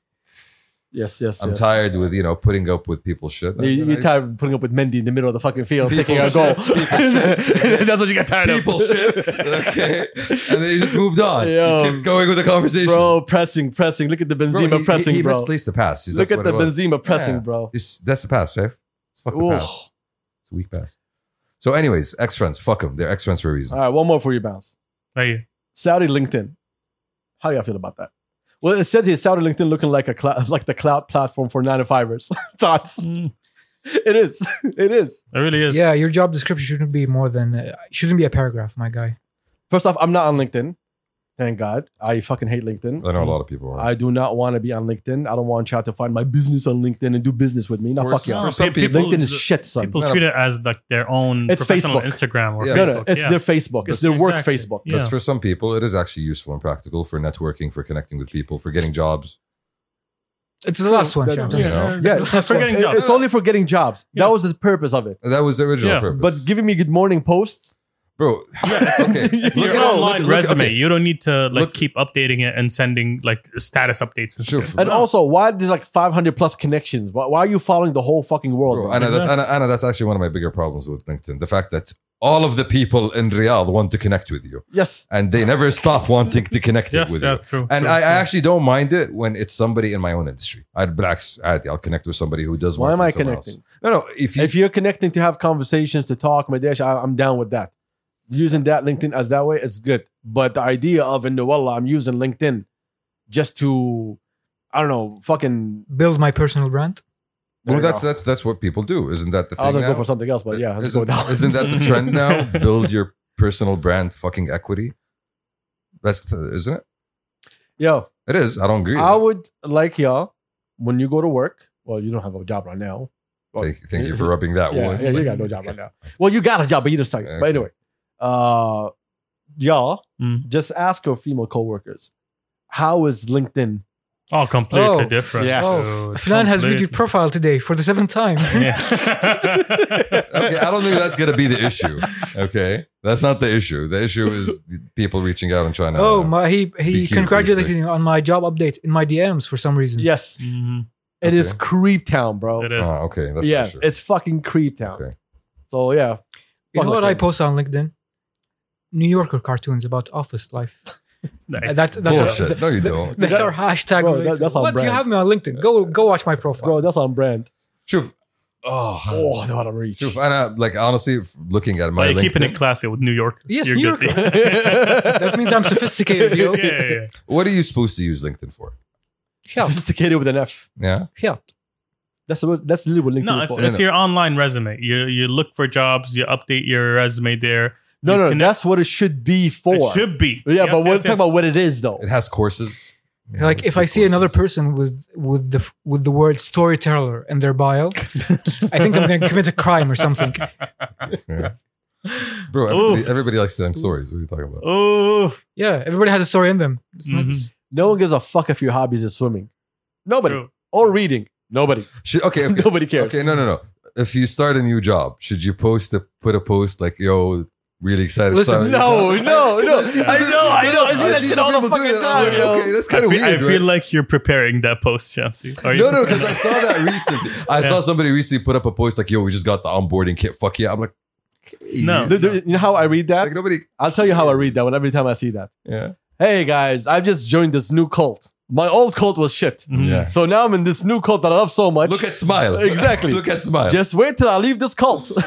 yes, yes,
i'm
yes.
tired with you know putting up with people's shit
You,
And
you're
I-
tired of putting up with Mendy in the middle of the fucking field,
People
taking a
shit,
goal.
people shit.
That's what you got tired
people
of.
shit okay and they just moved on
Yo.
He kept going with the conversation
Bro, pressing, pressing. Look at the
Bro,
Benzema
he,
pressing,
he, he
bro.
misplaced the pass He's-
Look
that's
at the
what it was.
Benzema pressing,
Yeah.
bro.
It's- that's the pass right it's fucking
Ooh.
pass it's a weak pass so anyways ex-friends fuck them they're ex-friends for a reason
Uh,
All right, one more for you, bounce.
Hey,
Saudi LinkedIn. How do y'all feel about that? Well, it says here Saudi LinkedIn looking like a cloud, like the cloud platform for nine to fivers. Thoughts?
mm,
It is. It is.
it really is.
Yeah, your job description shouldn't be more than uh, shouldn't be a paragraph, my guy.
First off, I'm not on LinkedIn. Thank God. I fucking hate LinkedIn.
i know a
mm,
lot of people are
I do not want to be on LinkedIn. I don't want y'all to find my business on LinkedIn and do business with me. Now,
For
fuck
some-
y'all.
for some
pe-
people-
LinkedIn is shit, son.
People
No, no.
treat it as like their own
It's
professional
Facebook.
Instagram or
Yeah.
no,
Facebook.
no, it's
yeah.
their Facebook. It's their work
Exactly.
Facebook.
Yeah.
Because for some people, it is actually useful and practical for networking, for connecting with people, for getting jobs.
It's the last one,
That-
Shams.
yeah.
Yeah,
it's- it's for getting
It-
jobs.
It's only for getting jobs. That
Yes.
was the purpose of it.
That was the original
Yeah,
purpose.
But giving me good morning posts.
bro, okay.
It's
Look at-
your
all-
online
look at-
resume.
okay.
You don't need to like
Look-
keep updating it and sending like status updates and
Sure.
shit.
And also, why there's like 500 plus connections? Why, why are you following the whole fucking world?
Bro,
bro?
Anna, that's,
Exactly.
Anna, Anna, that's actually one of my bigger problems with LinkedIn. The fact that all of the people in Riyadh want to connect with you
yes.
and they never stop wanting to connect
yes,
with
yes,
you.
true.
And
true,
I, I
true.
actually don't mind it when it's somebody in my own industry. I'd blacks. I'd, I'll connect with somebody who does.
Why
work
am
with
I
someone else.
connecting?
No, no. If you,
If you're connecting to have conversations, to talk, Madesh, I, I'm down with that. Using that LinkedIn as that way is good. But the idea of, in wallah, I'm using LinkedIn just to, I don't know, fucking.
Build my personal brand.
there
well,
you
that's
go.
that's that's what people do, isn't that the thing?
I was going to
now?
go for something else, but yeah, let's go
isn't,
with that.
isn't that the trend now? Build your personal brand, fucking equity. That's the, isn't it?
Yo,
It is. I don't agree.
I would like y'all, when you go to work, well, you don't have a job right now. Well,
thank, thank you for rubbing that
yeah,
wood.
yeah, you got no job right now. Well, you got a job, but you just started.
Okay.
But anyway, uh, y'all
Mm.
just ask your female coworkers, how is LinkedIn?
oh, completely
Oh,
different.
yes.
Oh,
Oh, Flan has viewed your
completely.
profile today for the seventh time.
Yeah.
Okay, I don't think that's gonna be the issue. Okay, that's not the issue. The issue is people reaching out and trying to. uh,
oh, my, he he
Be cute,
congratulated
basically.
me on my job update in my DMs for some reason.
Yes,
Mhm,
it is
Okay.
creep town, bro.
It is.
Ah, okay, that's
yeah,
the issue.
it's fucking creep town.
Okay.
So yeah,
You know
fuck
what I
LinkedIn.
post on LinkedIn? New Yorker cartoons about office life.
Nice.
That's that
Bullshit. no, you don't.
That's our hashtag.
Bro,
related.
that- that's on
what you
brand.
have me on LinkedIn? Go go watch my profile.
bro, that's on brand.
Shuf, oh,
Oh, I don't want to reach.
Shuf, Anna, like honestly, f- looking at my
But you're keeping
LinkedIn,
it classy with New York.
Yes,
You're
New
good.
York.
yeah,
that means I'm sophisticated, yo.
yeah, yeah.
what are you supposed to use LinkedIn for?
Yeah.
Sophisticated with an F.
Yeah,
Yeah.
That's a, that's literally what LinkedIn
No,
is
it's,
for.
it's your online resume. You you look for jobs. You update your resume there.
no,
you
no, no,
connect-
that's what it should be for.
It should be.
yeah,
Yes,
but we're
yes,
talking
yes.
about what it is though.
it has courses. Yeah,
Like if I see
courses.
another person with with the with the word storyteller in their bio, I think I'm going to commit a crime or something.
Yeah. Bro, everybody, everybody likes telling stories. What are you talking about?
Oh,
Yeah, everybody has a story in them. It's not-
Mhm.
No one gives a fuck if your hobbies is swimming. Nobody.
true.
Or reading. Nobody.
Should, okay, okay,
Nobody cares.
okay. No, no, no. If you start a new job, should you post a put a post like, "Yo, really excited"?
Listen,
starting a new
No,
job?
no, no. I
see some-
know, I know. I
I
see that
see
shit
some
all the
people do
fucking
that. I'm
time,
like,
yo.
Okay, that's
I
kind of
feel, I
weird.
feel
right?
like you're preparing that post, Shamsi. Are you
No, no,
preparing
because I saw that recently. I
Yeah.
saw somebody recently put up a post like, "Yo, we just got the onboarding kit. Fuck yeah!" I'm like, okay.
No.
Do- do- You know how I read that?
like nobody.
I'll tell you how I read that one every time I see that.
Yeah,
Hey guys, I've just joined this new cult. My old cult was shit.
Mhm.
yeah.
So now I'm in this new cult that I love so much.
Mm-hmm. Look at smile.
Exactly.
Look at smile.
just wait till I leave this cult.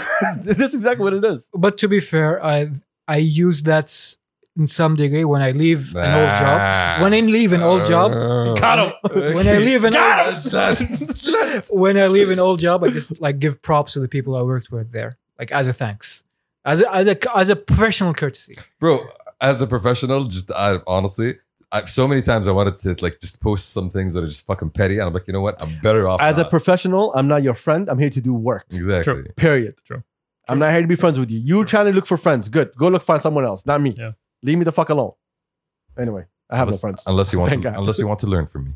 That's exactly what it is.
But to be fair, I I use that s- in some degree when I leave an old job. When I leave an old job,
Oh.
Got him.
when I leave an old,
That's
when I leave an old job, I just like give props to the people I worked with there, like as a thanks, as a, as a as a professional courtesy.
bro as a professional just I, honestly I've so many times i wanted to like just post some things that are just fucking petty and i'm like you know what i'm better off
As a
not.
professional, I'm not your friend. I'm here to do work.
exactly
True.
Period.
True.
I'm not here to be friends with you. You trying to look for friends. Good. Go look find someone else, not me.
Yeah.
Leave me the fuck alone. Anyway, I have
unless,
no friends.
Unless you want,
Thank
to,
God.
unless you want to learn from me.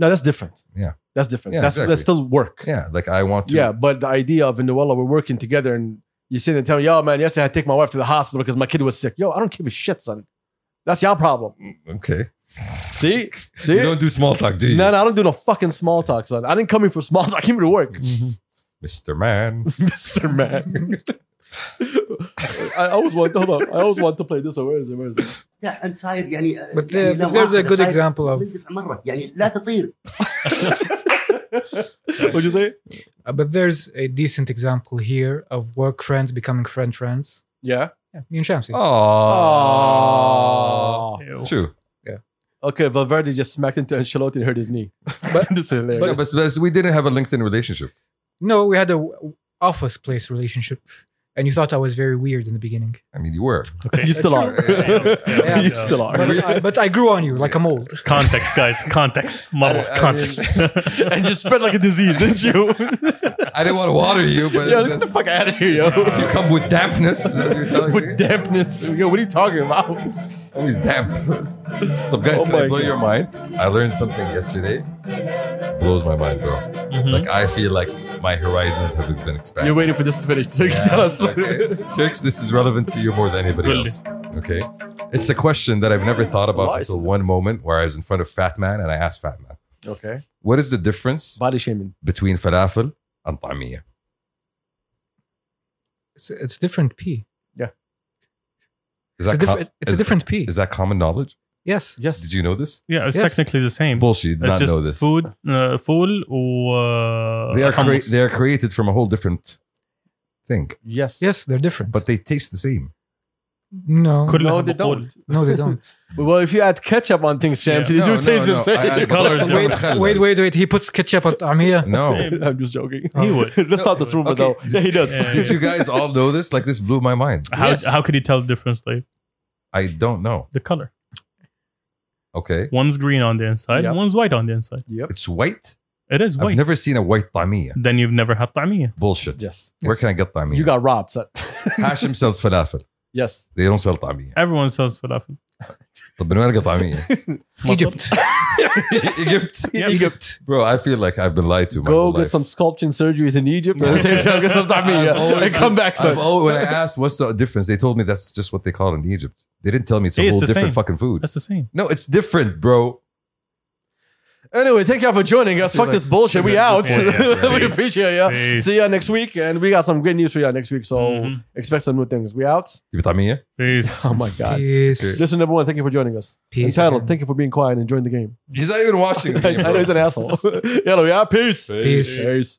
No, that's different.
Yeah.
That's different.
Yeah,
that's
exactly.
that's still work.
Yeah, like I want to.
Yeah, but the idea of in the we're working together and you sit there and tell me, yo, man, yesterday I had to take my wife to the hospital because my kid was sick. Yo, I don't give a shit, son. That's your problem.
Okay.
See? See?
You don't do small talk, do you,
no, no, I don't do no fucking small talk, son. I didn't come here for small talk. I came here to work,
Mr. Man?
Mr. Man. I always want to hold up. I always want to play this. Where is it? Where is it?
لا انت صاير يعني
But,
يعني
uh,
لو
but there's a
واحد
good
صاير
example of
منزل في مره يعني لا تطير
What'd you say?
uh, but there's a decent example here of work friends becoming friend friends.
Yeah.
Yeah, me and Shamsi.
Oh.
Aww.
Ew.
True.
Okay, Valverde just smacked into Ancelotti and hurt his knee.
But-
This is hilarious.
But, but, but we didn't have a LinkedIn relationship.
No, we had a w- office place relationship, and you thought I was very weird in the beginning.
I mean, you were.
Okay.
you still are.
Yeah,
yeah,
you
yeah.
still are.
But I, but I grew on you like a mold.
Context, guys. Context. Model.
I- I
context.
and you spread like a disease, didn't you?
I didn't want to water you, but
yo, get
that's-
the fuck out of here, yo.
if you come with dampness, is that what you're telling me?
with dampness. Yo, what are you talking about?
always damp. So guys,
Oh
can
my
I blow
God.
your mind? I learned something yesterday. Blows my mind, bro. Like I feel like my horizons have been expanded.
You're waiting for this to finish so you can
Yeah,
tell us.
okay. Turks, this is relevant to you more than anybody
Really?
else. Okay. It's a question that I've never thought about
Why is
until one moment where I was in front of Fat Man and I asked Fat Man,
okay.
what is the difference
Body shaming.
between falafel and طعمية?
It's, it's different P.
Is
It's a,
that co-
diff- it's a
is-
different P.
Is that common knowledge?
Yes.
Yes.
Did you know this?
yeah, it's
Yes.
technically the same.
Bullshit. You did
It's
not
just
know this.
food, uh, fool, or uh,
they are crea-
hummus.
they are created from a whole different thing,
Yes.
Yes, they're different.
but they taste the same.
no,
Could-
No, they don't.
no, they don't.
Well, if you add ketchup on things, Shams,
Yeah.
they do
No, no,
taste
no.
the same.
I- I-
color is
Wait,
different.
wait, wait, wait. He puts ketchup on uh, Amir.
No.
Oh. I'm just joking.
He would.
Let's stop this rumor,
Okay.
though. Yeah, he does.
Yeah.
Did you guys all know this? Like this blew my mind.
How,
Yes.
how could you tell the difference? Like
I don't know.
the color.
Okay.
One's green on the inside,
Yep.
one's white on the inside.
Yep.
It's white.
It is white.
I've never seen a white طعمية.
then you've never had طعمية.
Bullshit.
Yes.
Where can I get طعمية?
You got robbed. son.
Hashim sells falafel.
yes.
They don't sell طعمية.
Everyone sells falafel.
طب من وين ألقى طعمية؟
Egypt.
Egypt.
Egypt.
Bro, I feel like I've been lied to my
Go
whole
get
life.
some sculpting surgeries in Egypt and at the same time get some
I've
tamia
always-
and come back,
I've
son.
al- when I asked what's the difference, they told me that's just what they call it in Egypt. They didn't tell me it's a
It's
whole
the
different
same.
fucking food.
That's the same.
No, it's different, bro.
Anyway, thank y'all for joining us. Fuck
Like-
this bullshit. We out.
Yeah, yeah.
we
Peace.
appreciate ya.
Peace.
See ya next week, and we got some good news for y'all next week. So
Mhm.
expect some new things. We out.
تبي طعمية؟
Peace.
Oh my god.
Peace.
Listen, number one. Thank you for joining us.
Peace
Entitled.
again.
Thank you for being quiet and enjoying the game.
He's not even watching the
I,
game,
I know
bro.
he's an asshole. yeah, we out. Peace.
Peace.
Peace.